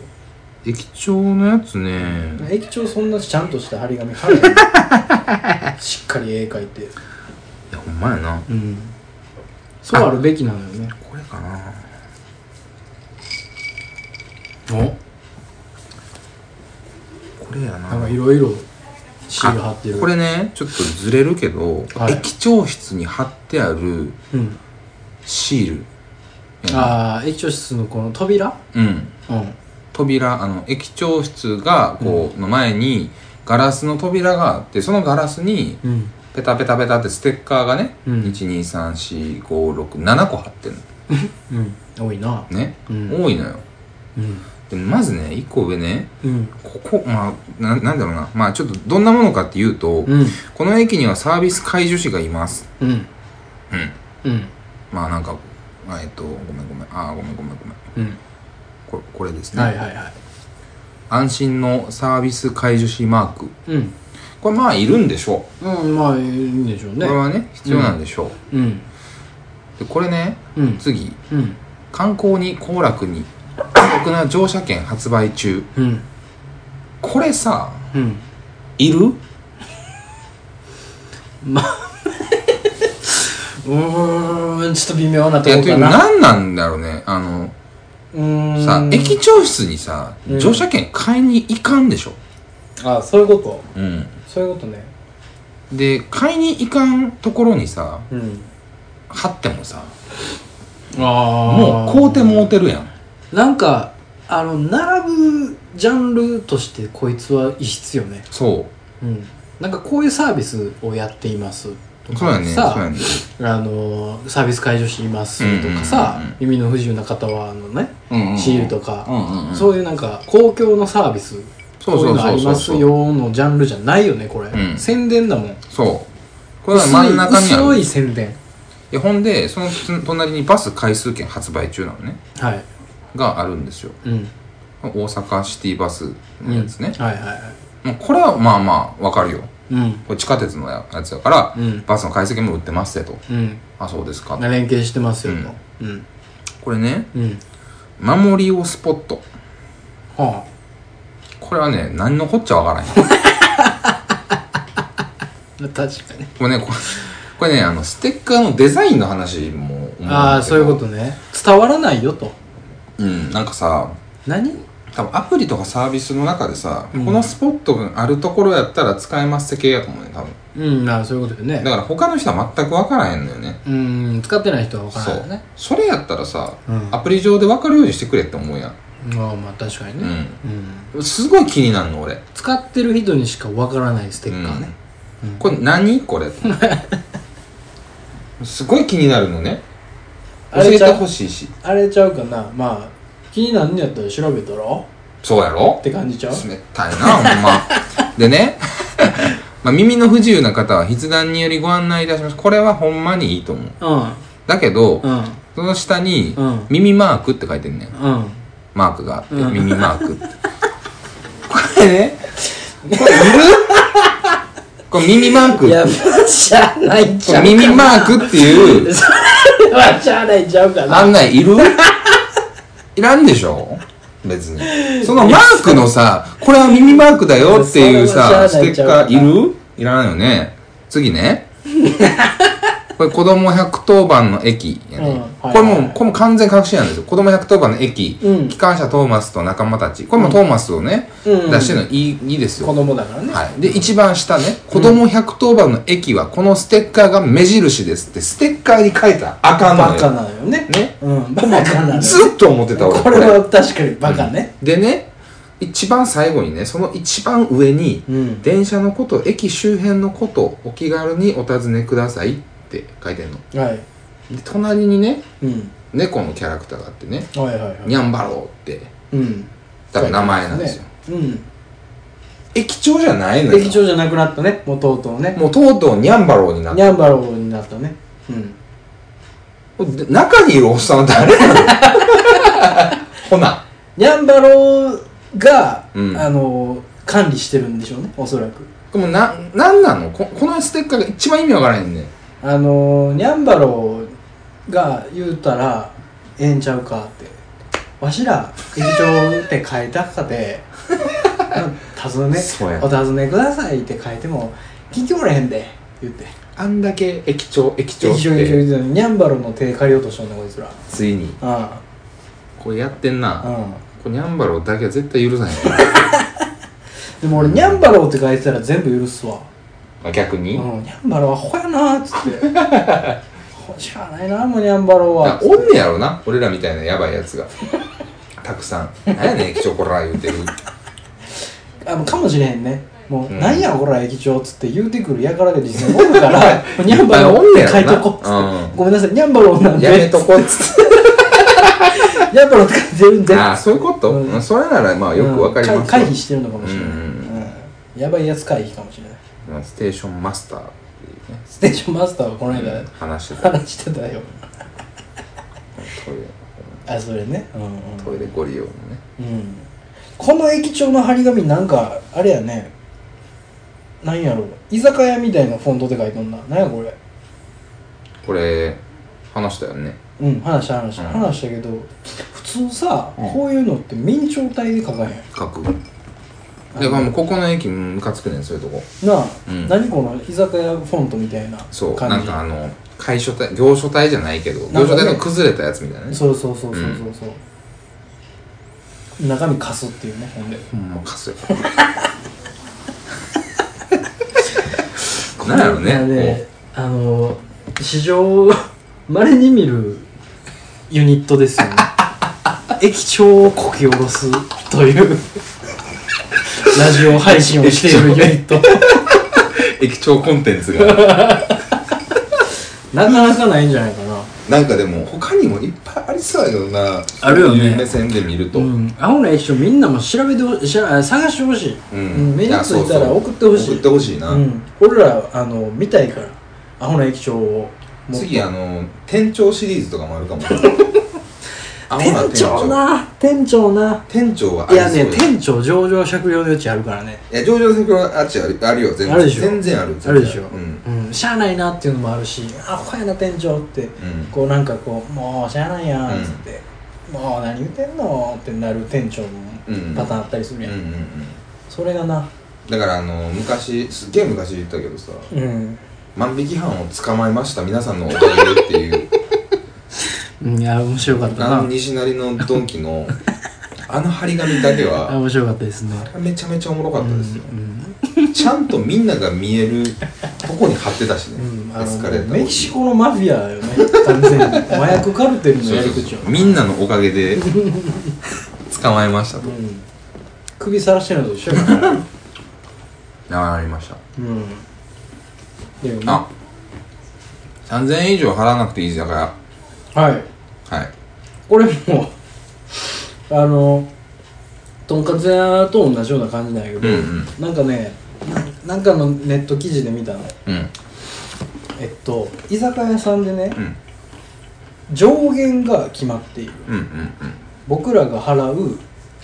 Speaker 2: 駅長のやつね
Speaker 1: ろ駅長そんなちゃんとした張り紙貼らへ んしっかり絵描いて
Speaker 2: いやほんまやな
Speaker 1: うんそうあるべきなのよね
Speaker 2: これかな
Speaker 1: お
Speaker 2: これや
Speaker 1: なんか
Speaker 2: ない
Speaker 1: ろいろシール貼ってる
Speaker 2: これねちょっとずれるけど、
Speaker 1: はい
Speaker 2: 駅長室に貼ってある
Speaker 1: うん
Speaker 2: シール
Speaker 1: ああ液晶室のこの扉
Speaker 2: うん
Speaker 1: うん
Speaker 2: 扉あの駅長室がこう、の前にガラスの扉があってそのガラスに
Speaker 1: うん
Speaker 2: ペタペタペタってステッカーがね、
Speaker 1: うん
Speaker 2: 1234567個貼ってる
Speaker 1: うん多いな
Speaker 2: のね、
Speaker 1: うん
Speaker 2: 多いのよ
Speaker 1: うん
Speaker 2: でまずね1個上ね
Speaker 1: うん
Speaker 2: ここまあななんだろうなまあちょっとどんなものかっていうと、
Speaker 1: うん
Speaker 2: この駅にはサービス介助士がいます
Speaker 1: うん
Speaker 2: うん
Speaker 1: うん
Speaker 2: まあなんかあえっとごめんごめんあーごめんごめんごめん
Speaker 1: うん
Speaker 2: これこれですね、
Speaker 1: はいはいはい
Speaker 2: 安心のサービス介助士マーク
Speaker 1: うん
Speaker 2: これまあいるんでしょ
Speaker 1: うんまあいいんでしょう
Speaker 2: う、
Speaker 1: ね
Speaker 2: これはね必要なんでしょう、
Speaker 1: うん
Speaker 2: でこれね
Speaker 1: うん
Speaker 2: 次
Speaker 1: うん
Speaker 2: 観光に行楽にお得な乗車券発売中
Speaker 1: うん
Speaker 2: これさ
Speaker 1: うん
Speaker 2: いる
Speaker 1: うーんちょっと微妙ないと
Speaker 2: や
Speaker 1: こと
Speaker 2: い
Speaker 1: か
Speaker 2: う
Speaker 1: な
Speaker 2: 何なんだろうねあの
Speaker 1: うーん
Speaker 2: さ駅長室にさ
Speaker 1: うん
Speaker 2: 乗車券買いに行かんでしょ、
Speaker 1: あそういうこと
Speaker 2: うん、
Speaker 1: そういうことね
Speaker 2: で買いに行かんところにさ
Speaker 1: うん
Speaker 2: 貼ってもさ
Speaker 1: あ
Speaker 2: もう
Speaker 1: こ
Speaker 2: 買うてもうてるやん
Speaker 1: なんかあの並ぶジャンルとしてこいつは異質よね
Speaker 2: そ
Speaker 1: うんなんかこういうサービスをやっていますと
Speaker 2: うそうや
Speaker 1: か
Speaker 2: ね
Speaker 1: さ
Speaker 2: そうやね
Speaker 1: あのーサービス解除していますとかさ、
Speaker 2: うんうんうんうん
Speaker 1: 耳の不自由な方はあのね、
Speaker 2: うんうん
Speaker 1: シールとか、
Speaker 2: うんうんうん
Speaker 1: そういうなんか公共のサービス
Speaker 2: そ
Speaker 1: こうい
Speaker 2: うそうう
Speaker 1: の
Speaker 2: そ
Speaker 1: あ
Speaker 2: う
Speaker 1: り
Speaker 2: そ
Speaker 1: ま
Speaker 2: う
Speaker 1: す
Speaker 2: そう
Speaker 1: よのジャンルじゃないよねこれ、
Speaker 2: うん
Speaker 1: 宣伝だもん
Speaker 2: そうこれは真ん中にあ
Speaker 1: 薄
Speaker 2: る
Speaker 1: い宣伝
Speaker 2: いやほんでそのつ隣にバス回数券発売中なのね
Speaker 1: はい、
Speaker 2: があるんですよ
Speaker 1: うん、
Speaker 2: 大阪シティバスのやつね、
Speaker 1: はいはいはい
Speaker 2: もうこれはまあまあわかるよ
Speaker 1: うん
Speaker 2: これ地下鉄のやつだから、
Speaker 1: うん
Speaker 2: バスの解析も売ってますってと
Speaker 1: うん
Speaker 2: あそうですか
Speaker 1: 連携してますよとうん
Speaker 2: これね
Speaker 1: うん、
Speaker 2: 守りをスポット
Speaker 1: は
Speaker 2: これはね何のこっちゃわからへん
Speaker 1: あ確かに
Speaker 2: これねこれこれねあのステッカーのデザインの話も思うんだけど
Speaker 1: ああそういうことね伝わらないよと
Speaker 2: うんなんかさ
Speaker 1: 何
Speaker 2: 多分アプリとかサービスの中でさ、
Speaker 1: うん
Speaker 2: このスポットがあるところやったら使えますって系やと思うね多分
Speaker 1: うんああそういうことよね
Speaker 2: だから他の人は全く分からへんのよね
Speaker 1: うん使ってない人は分から
Speaker 2: そ
Speaker 1: ないよ
Speaker 2: う
Speaker 1: ね
Speaker 2: それやったらさ、
Speaker 1: うん
Speaker 2: アプリ上で分かるようにしてくれって思うやん
Speaker 1: ああまあ確かにね、うん
Speaker 2: うんすごい気になるの俺
Speaker 1: 使ってる人にしかわからないステッカーね、うん
Speaker 2: これ何こ れすごい気になるのね教
Speaker 1: あれ
Speaker 2: え
Speaker 1: ち
Speaker 2: て
Speaker 1: ゃう
Speaker 2: ほしいし
Speaker 1: あれちゃうかなまあ気になんねやったら調べたら
Speaker 2: そうやろ
Speaker 1: って感じちゃう
Speaker 2: 冷たいなほんま でねまあ耳の不自由な方は筆談によりご案内いたしますこれはほんまにいいと思う
Speaker 1: うん
Speaker 2: だけど、
Speaker 1: うん
Speaker 2: その下に、
Speaker 1: うん
Speaker 2: 耳マークって書いてんねん
Speaker 1: うん
Speaker 2: まマークがあって、
Speaker 3: うん
Speaker 2: 耳マークって
Speaker 3: これね
Speaker 2: これ耳マーク
Speaker 3: いやしゃあないんち ゃう
Speaker 2: 耳マークっていう
Speaker 3: はしゃあないんちゃうかな
Speaker 2: 案内 いるいらんでしょ別にそのマークのさこれは耳マークだよっていう
Speaker 3: それはし
Speaker 2: さ
Speaker 3: ゃ
Speaker 2: ス
Speaker 3: あ
Speaker 2: テ
Speaker 3: ない
Speaker 2: ッ
Speaker 3: ちゃう
Speaker 2: カ
Speaker 3: かな
Speaker 2: ーいるいらんよね 次ねこれ子供110番の駅やね、
Speaker 1: うん
Speaker 2: これも
Speaker 1: はいはいは
Speaker 2: う
Speaker 1: い
Speaker 2: これも完全隠しなんですよ子供110番の駅、
Speaker 1: うん
Speaker 2: 機関車トーマスと仲間たちこれもトーマスをね、
Speaker 1: うん
Speaker 2: 出してるのいいいいですよ
Speaker 1: 子供だからね、
Speaker 2: はい、で一番下ね「子供110番の駅はこのステッカーが目印です」ってステッカーに書いたらあかんの
Speaker 1: バ
Speaker 2: よ
Speaker 1: カなのよね
Speaker 2: ね
Speaker 1: うんバカなのよ
Speaker 2: ずっと思ってた俺
Speaker 1: これは確かにバカね、
Speaker 2: でね一番最後にねその一番上に
Speaker 1: うん
Speaker 2: 「電車のこと駅周辺のことお気軽にお尋ねください」って書いてんの
Speaker 1: はい
Speaker 2: で隣にね
Speaker 1: うん
Speaker 2: 猫のキャラクターがあってね
Speaker 1: はいはいは
Speaker 2: 「
Speaker 1: い
Speaker 2: にゃんばろう」って
Speaker 1: うん
Speaker 2: 多分名前なんですよ、
Speaker 1: うん
Speaker 2: 駅長じゃないのよ
Speaker 1: 駅長じゃなくなったねもうとうとうね
Speaker 2: もうとうとうにゃんばろうになっ
Speaker 1: ニャンバローになったねうん
Speaker 2: で中にいるおっさんは誰なのほな
Speaker 1: ニャンバローが、
Speaker 2: うん
Speaker 1: あの管理してるんでしょうねおそらく
Speaker 2: でもな、なんなのここのステッカーが一番意味わからへんねん。
Speaker 1: あのニャンバローが言うたらええんちゃうかってわしら駅長って書いたか て尋ね
Speaker 2: そうや
Speaker 1: お尋ねくださいって書いても聞きおれへんで言って
Speaker 2: あんだけ駅長、駅長っ
Speaker 1: 駅長駅長
Speaker 2: て、
Speaker 1: 言うてたのにニャンバローの手借りようとしとんねこいつら
Speaker 2: ついに。
Speaker 1: あ
Speaker 2: これやってん
Speaker 1: あう
Speaker 2: な。
Speaker 1: ん
Speaker 2: これニャンバローだけは絶対許さへん。
Speaker 1: でも俺ニャンバローって書いてたら全部許すわ
Speaker 2: あ逆
Speaker 1: う
Speaker 2: に、
Speaker 1: ん、ニャンバローはアホやなーっつってしゃあないなもうニャンバロー
Speaker 2: あ
Speaker 1: は
Speaker 2: おんねやろな。俺らみたいなやばいやつが。たくさん。何やねん、駅長こら言うてる。
Speaker 1: あもうかもしれへんねもう、
Speaker 2: うん
Speaker 1: なんやこら駅長っつって言うてくるやからが実際おるから ニャンバロ
Speaker 2: いっぱいおんね
Speaker 1: ーって
Speaker 2: やろな
Speaker 1: 書いとこうっつって、
Speaker 2: うん
Speaker 1: ごめんなさいニャンバローなんで
Speaker 2: やめとこっつって。
Speaker 1: ニャンバローって書いてるん で
Speaker 2: ああ、そういうこと、
Speaker 1: うん
Speaker 2: うんそれなら、まあよくわかります、
Speaker 1: うん回回避してるのかもしれない、
Speaker 2: う
Speaker 1: うんんやばいやつ回避かもしれない
Speaker 2: まあステーションマスターっていうね。
Speaker 1: ステーションマスターはこの間、
Speaker 2: うん話してた。
Speaker 1: 話してたよ
Speaker 2: トイレ、
Speaker 1: あそれねうんうん
Speaker 2: トイレご利用のね。
Speaker 1: うんこの駅長の張り紙なんかあれやねなんやろう居酒屋みたいなフォントで書いとんななんやこれ
Speaker 2: これ、話したよね。
Speaker 1: うん話した話し
Speaker 2: うん
Speaker 1: た話したけど普通さ、
Speaker 2: うん
Speaker 1: こういうのって明朝体で書かへん
Speaker 2: 書く。でまあもうここの駅ムカつくねんそういうとこ
Speaker 1: なあ、
Speaker 2: うん
Speaker 1: 何この居酒屋フォントみたいな感じ
Speaker 2: そうなんかあの会所体行書体じゃないけど
Speaker 1: かね
Speaker 2: 行書体の崩れたやつみたいなね
Speaker 1: そうそうそうそうそうそう、中身貸すっていうねほんで
Speaker 2: ほんまカスや なんやろ
Speaker 1: まあ
Speaker 2: ね
Speaker 1: あの史上稀に見るユニットです よね駅長をこき下ろすというラジオ配信をしているユニット
Speaker 2: こう駅長コンテン ツが
Speaker 1: なかなかないんじゃないかな
Speaker 2: なんかでも他にもいっぱいありそうやけどな
Speaker 1: あるよね
Speaker 2: そういう目線で見ると
Speaker 1: うん、青の駅長みんなも調べてほしい探してほしい、
Speaker 2: うん
Speaker 1: 目についたら送ってほしい
Speaker 2: 送ってほしいな
Speaker 1: うん、俺らあの見たいから青の駅長をもう
Speaker 2: 次あの店長シリーズとかもある かもあほら
Speaker 1: 店長な店長な
Speaker 2: 店長はあ
Speaker 1: い
Speaker 2: り
Speaker 1: や
Speaker 2: そう
Speaker 1: ね店長上場借用の余地あるからね
Speaker 2: いや、上場先はあっちあるあるよ、全然。
Speaker 1: あるでしょ
Speaker 2: 全然ある。
Speaker 1: あるでしょ、
Speaker 2: うん。
Speaker 1: うん、しゃあないなっていうのもあるしあほやな店長って、こうなんかこうもうしゃあないやんっつって、もう何言ってんのってなる店長
Speaker 2: う
Speaker 1: も
Speaker 2: ん
Speaker 1: パターンあったりする
Speaker 2: うん。う
Speaker 1: や
Speaker 2: ん
Speaker 1: ん、
Speaker 2: うんうん。
Speaker 1: それがな
Speaker 2: だから、あの、昔、すっげえ昔言ったけどさ、
Speaker 1: うん、
Speaker 2: 万引き犯を捕まえました、皆さんのおかげでって いう、
Speaker 3: いや面白かった
Speaker 2: あ
Speaker 3: な
Speaker 2: の西成のドンキの、あの張り紙だけ
Speaker 3: あ
Speaker 2: は、
Speaker 3: 面白かったですね
Speaker 2: めちゃめちゃおもろかったですよ
Speaker 3: う。ん
Speaker 2: ちゃんとみんなが見えるとこに貼ってたしね
Speaker 1: うん、あ
Speaker 2: エスカレ
Speaker 1: の
Speaker 2: ーターを。
Speaker 1: メキシコのマフィアよね完全に麻薬カルテルの
Speaker 2: そう
Speaker 1: や
Speaker 2: そ
Speaker 1: り
Speaker 2: うそう
Speaker 1: 口を
Speaker 2: みんなのおか げで、捕まえましたと
Speaker 1: う。ん、首さらしてるのと一緒やから、
Speaker 2: なりました。
Speaker 1: うん、だよね
Speaker 2: あ3000円以上払わなくていい居酒屋。
Speaker 1: はい
Speaker 2: はい。
Speaker 1: これもうあのとんかつ屋と同じような感じなんやけ
Speaker 2: う
Speaker 1: ど、
Speaker 2: んうん。
Speaker 1: なんかねななんかのネット記事で見たの
Speaker 2: うん。
Speaker 1: えっと居酒屋さんでね
Speaker 2: うん。
Speaker 1: 上限が決まっている
Speaker 2: うんうん
Speaker 1: 僕らが払う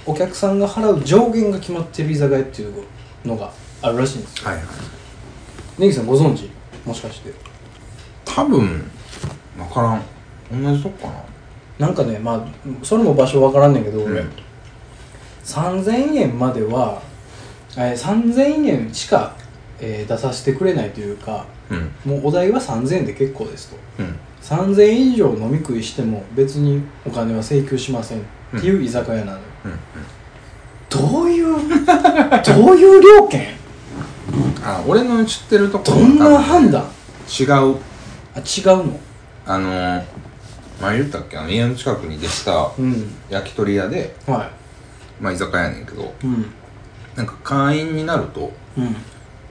Speaker 1: お客さんが払う上限が決まってる居酒屋っていうのがあるらしいんですよ
Speaker 2: はいはい
Speaker 1: ネギさんご存知もしかして
Speaker 2: 多分分からん同じとこかな
Speaker 1: なんかねまあそれも場所わからんねんけど、
Speaker 2: うん
Speaker 1: 俺3000円までは、えー3000円しか、えー出させてくれないというか
Speaker 2: うん
Speaker 1: もうお代は3000円で結構ですと
Speaker 2: うん
Speaker 1: 3000円以上飲み食いしても別にお金は請求しませんっていう居酒屋なのよ、
Speaker 2: うん
Speaker 1: どう いうどういう料金
Speaker 2: あ俺の知ってるとこ
Speaker 1: ど
Speaker 2: ろ
Speaker 1: んな判断
Speaker 2: 違う
Speaker 1: あ違うの
Speaker 2: あのー、前言ったっけあの家の近くにできた
Speaker 1: うん
Speaker 2: 焼き鳥屋で
Speaker 1: は
Speaker 2: まあ居酒屋やねんけど
Speaker 1: いうん
Speaker 2: なんか会員になると
Speaker 1: うん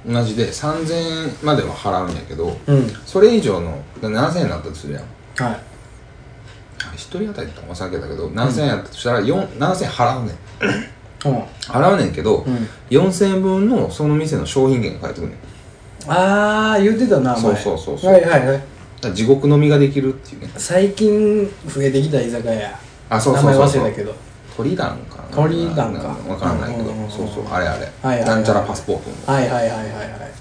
Speaker 2: 同じで3000円までは払うんやけど
Speaker 1: うん
Speaker 2: それ以上の7000円だったとするやん
Speaker 1: はい
Speaker 2: 1人当たりだったか忘れたけど7000円やったとしたら4 7000円払うねん
Speaker 1: う
Speaker 2: 払うねんけど
Speaker 1: ん、うん、
Speaker 2: 4000円分のその店の商品券が返ってくんねんだ
Speaker 1: ああ言ってたな前
Speaker 2: そうそうそうそう
Speaker 1: はいはいはい
Speaker 2: から地獄飲みができるっていうね
Speaker 1: 最近増えてきた居酒屋
Speaker 2: あそうそうそう
Speaker 1: 名前
Speaker 2: そう
Speaker 1: 忘れたけど
Speaker 2: 鳥団かな
Speaker 1: 鳥団か
Speaker 2: 分からないけど
Speaker 1: うんうんうん
Speaker 2: そうそうあれあれ、
Speaker 1: はいはいはい
Speaker 2: なんちゃらパスポートの
Speaker 1: はいはいはいはいはい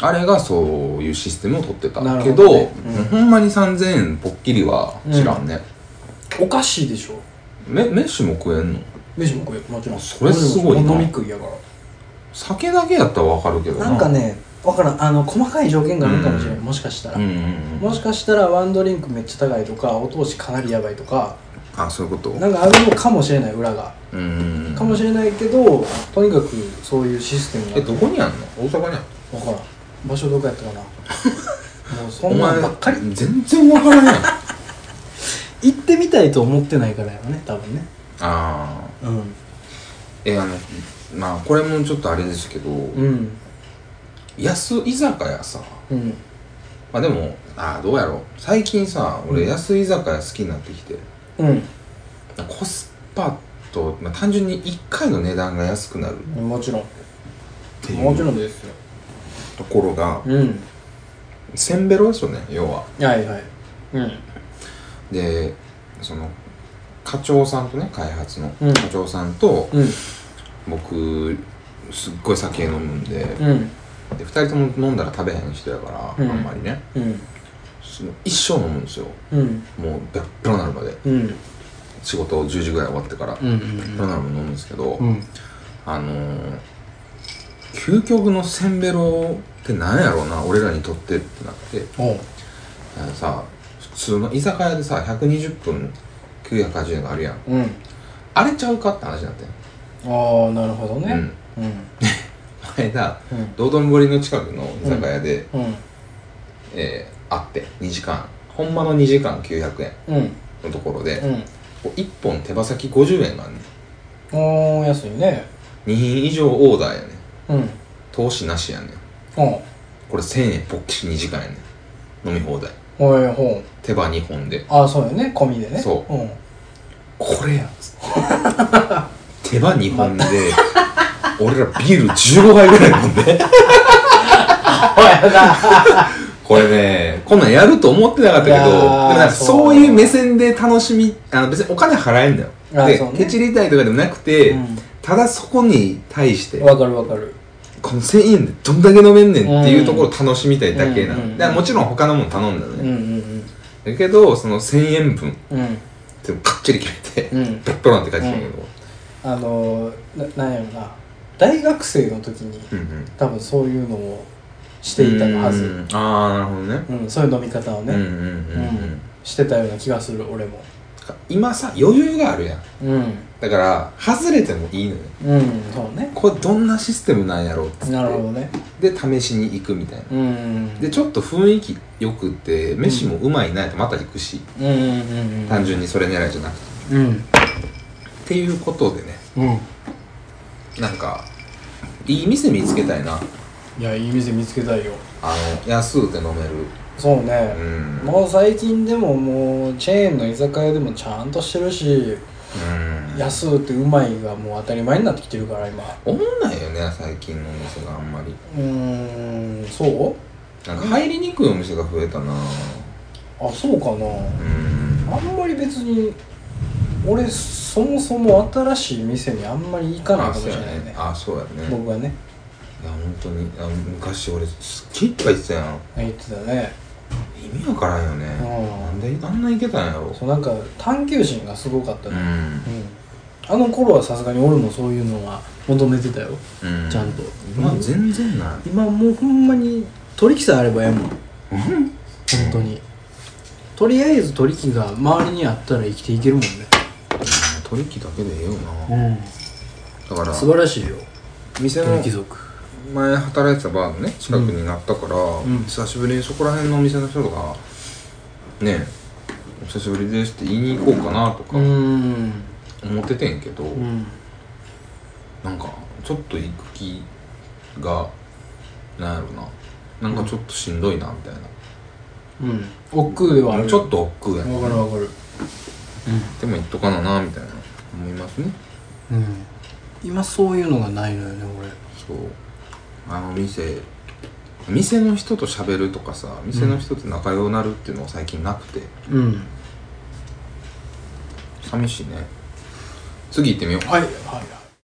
Speaker 2: あれがそういうシステムを取ってた
Speaker 1: な
Speaker 2: け
Speaker 1: るほ
Speaker 2: ど
Speaker 1: どねうん
Speaker 2: ほんまに3000円ぽっきりは知らんね、
Speaker 1: おかしいでしょ
Speaker 2: め飯も食えんの
Speaker 1: 飯も食えもちろん
Speaker 2: それすごいな
Speaker 1: 飲み食いやから
Speaker 2: 酒だけやったら分かるけどな
Speaker 1: なんかね分からんあの細かい条件があるかもしれない、
Speaker 2: うん
Speaker 1: もしかしたら、
Speaker 2: うんうんうん
Speaker 1: もしかしたらワンドリンクめっちゃ高いとかお通しかなりやばいとか
Speaker 2: あそういうこと
Speaker 1: なんかあるのかもしれない裏が、
Speaker 2: うんうんうん
Speaker 1: かもしれないけどとにかくそういうシステムが
Speaker 2: えどこにあんの大阪にあんの
Speaker 1: 分からん場所どこやったか なもうそ
Speaker 2: お
Speaker 1: んな
Speaker 2: 前
Speaker 1: んばっかり
Speaker 2: 全然分からんやん あ
Speaker 1: 行ってみたいと思ってないからやろね多分ね
Speaker 2: あ
Speaker 1: うん
Speaker 2: えあのまあこれもちょっとあれですけど、
Speaker 1: うん
Speaker 2: 安居酒屋さ
Speaker 1: うん
Speaker 2: まあでもああどうやろう最近さ俺安居酒屋好きになってきて、
Speaker 1: う
Speaker 2: コスパと、まあ、単純に1回の値段が安くなるっ
Speaker 1: んもちろん
Speaker 2: てい
Speaker 1: もちろ
Speaker 2: うん
Speaker 1: ですよ
Speaker 2: ところが
Speaker 1: うん
Speaker 2: せんべろですよね要
Speaker 1: は
Speaker 2: は
Speaker 1: いはいうん
Speaker 2: でその課長さんとね開発の
Speaker 1: うん
Speaker 2: 課長さんと
Speaker 1: うん
Speaker 2: 僕すっごい酒飲むんで
Speaker 1: うん
Speaker 2: で2人とも飲んだら食べへん人やから、
Speaker 1: うん
Speaker 2: あんまりね
Speaker 1: うん
Speaker 2: その一生飲むんですよ
Speaker 1: うん
Speaker 2: もうべっぺろなるまで
Speaker 1: うん
Speaker 2: 仕事10時ぐらい終わってから、
Speaker 3: うん
Speaker 2: べっぺろなるまで飲むんですけど、
Speaker 3: うんうん
Speaker 2: あのー、究極のせんべろって何やろうな俺らにとってってなって
Speaker 1: おう
Speaker 2: あのさ普通の居酒屋でさ120分980円があるやん
Speaker 1: うん
Speaker 2: あれちゃうかって話になってん
Speaker 1: ああなるほど
Speaker 2: う
Speaker 1: ね
Speaker 2: ん
Speaker 1: うん
Speaker 2: 前だ
Speaker 1: うん
Speaker 2: 道頓堀の近くの居酒屋で、
Speaker 1: うん
Speaker 2: えーあって2時間ほんまの2時間900円
Speaker 1: うん
Speaker 2: のところで、
Speaker 1: うん
Speaker 2: こう1本手羽先50円があんね
Speaker 1: おー安いね
Speaker 2: 2品以上オーダーやねん
Speaker 1: うん
Speaker 2: 投資なしやねん
Speaker 1: ほ
Speaker 2: これ1000円ぽっきり2時間やねん飲み放題
Speaker 1: うおいほう
Speaker 2: 手羽2本で
Speaker 1: ああそうよね込みでね
Speaker 2: そう
Speaker 1: うん
Speaker 2: これやっつって手羽2本で俺らビール15杯ぐらい飲んでこれねこんなんやると思ってなかったけど
Speaker 1: いや
Speaker 2: で
Speaker 1: ー
Speaker 2: もなんか
Speaker 1: そう
Speaker 2: そういう目線で楽しみあの別にお金払えんだよ
Speaker 1: あー
Speaker 2: で、
Speaker 1: そうね
Speaker 2: 手ちりたいとかでもなくて、
Speaker 1: うん
Speaker 2: ただそこに対して
Speaker 1: わかるわかる
Speaker 2: この1000円でどんだけ飲めんねんっていうところを楽しみたいだけなの、
Speaker 1: うん
Speaker 2: だからもちろん他のもん頼んだの
Speaker 1: うん
Speaker 2: ね、
Speaker 1: うん
Speaker 2: だけどその1000円分
Speaker 1: うんうん
Speaker 2: でもかっちり決めて、
Speaker 1: うん
Speaker 2: ペットなんて書いてたけど、
Speaker 1: あのーななんやろな大学生の時に
Speaker 2: うんうん
Speaker 1: 多分そういうのをしていたはず
Speaker 2: うんああなるほどね
Speaker 1: うん、そういう飲み方をね、
Speaker 2: うんうんうん、う
Speaker 1: うんん、してたような気がする俺も
Speaker 2: 今さ余裕があるやん
Speaker 1: うん
Speaker 2: だから外れてもいいのよ
Speaker 1: うんそうね
Speaker 2: これどんなシステムなんやろうっつって
Speaker 1: なるほどね
Speaker 2: で試しに行くみたいな、
Speaker 1: うん
Speaker 2: でちょっと雰囲気よくて飯もうまいなやとまた行くし、
Speaker 1: うんうんうんうん
Speaker 2: 単純にそれ狙いじゃなくて
Speaker 3: うん
Speaker 2: っていうことでね
Speaker 3: うん
Speaker 2: なんかいい店見つけたいない
Speaker 1: やいい店見つけたいよ
Speaker 2: あの安うて飲める
Speaker 1: そうね
Speaker 2: う、ん
Speaker 1: もう最近でももうチェーンの居酒屋でもちゃんとしてるし
Speaker 2: うん
Speaker 1: 安うてうまいがもう当たり前になってきてるから今
Speaker 2: 思んないよね最近のお店があんまり
Speaker 1: うーんそう
Speaker 2: なんか入りにくいお店が増えたな
Speaker 1: あそうか
Speaker 2: う
Speaker 1: なんあんまり別に俺そもそも新しい店にあんまり行かない
Speaker 2: あ
Speaker 1: かもし
Speaker 2: そう
Speaker 1: れ
Speaker 2: や
Speaker 1: ないね
Speaker 2: ねあそうやねいや
Speaker 1: 僕はね
Speaker 2: 本当にあ昔俺好きとか言ってたやん
Speaker 1: 言ってたね
Speaker 2: 意味わからんよね
Speaker 1: うん
Speaker 2: なんであんないけたんやろ
Speaker 1: そうなんか探求心がすごかった
Speaker 2: う
Speaker 1: ね、
Speaker 2: ん
Speaker 1: うんあの頃はさすがに俺もそういうのは求めてたよ
Speaker 2: うん
Speaker 3: ちゃんと
Speaker 2: 今全然ない
Speaker 1: 今もうほんまに取り引きさえあればええもん本当にとりあえず取り引きが周りにあったら生きていけるもんね
Speaker 2: 取引だけでええよな
Speaker 3: う
Speaker 2: だから
Speaker 3: ん素晴らしいよ
Speaker 2: 店
Speaker 3: 鳥
Speaker 2: の
Speaker 3: 貴族
Speaker 2: 前働いてたバーのね近くになったから、
Speaker 1: ん
Speaker 2: 久しぶりにそこら辺のお店の人とか「ねえお久しぶりです」って言いに行こうかなとか
Speaker 1: ん
Speaker 2: 思っててんけど、
Speaker 1: うん
Speaker 2: なんかちょっと行く気がなんやろななんかちょっとしんどいなみたい
Speaker 1: う
Speaker 2: な、
Speaker 1: ん億劫ではある
Speaker 2: ちょっと億劫や
Speaker 1: わかるわかる
Speaker 2: でも行っとかななみたいな思いますね
Speaker 3: うん今そういうのがないのよね
Speaker 2: そうあの店店の人と喋るとかさ店の人と仲良くなるっていうのが最近なくて
Speaker 3: 俺うん
Speaker 2: 寂しいね次行ってみよう
Speaker 1: はいはいはい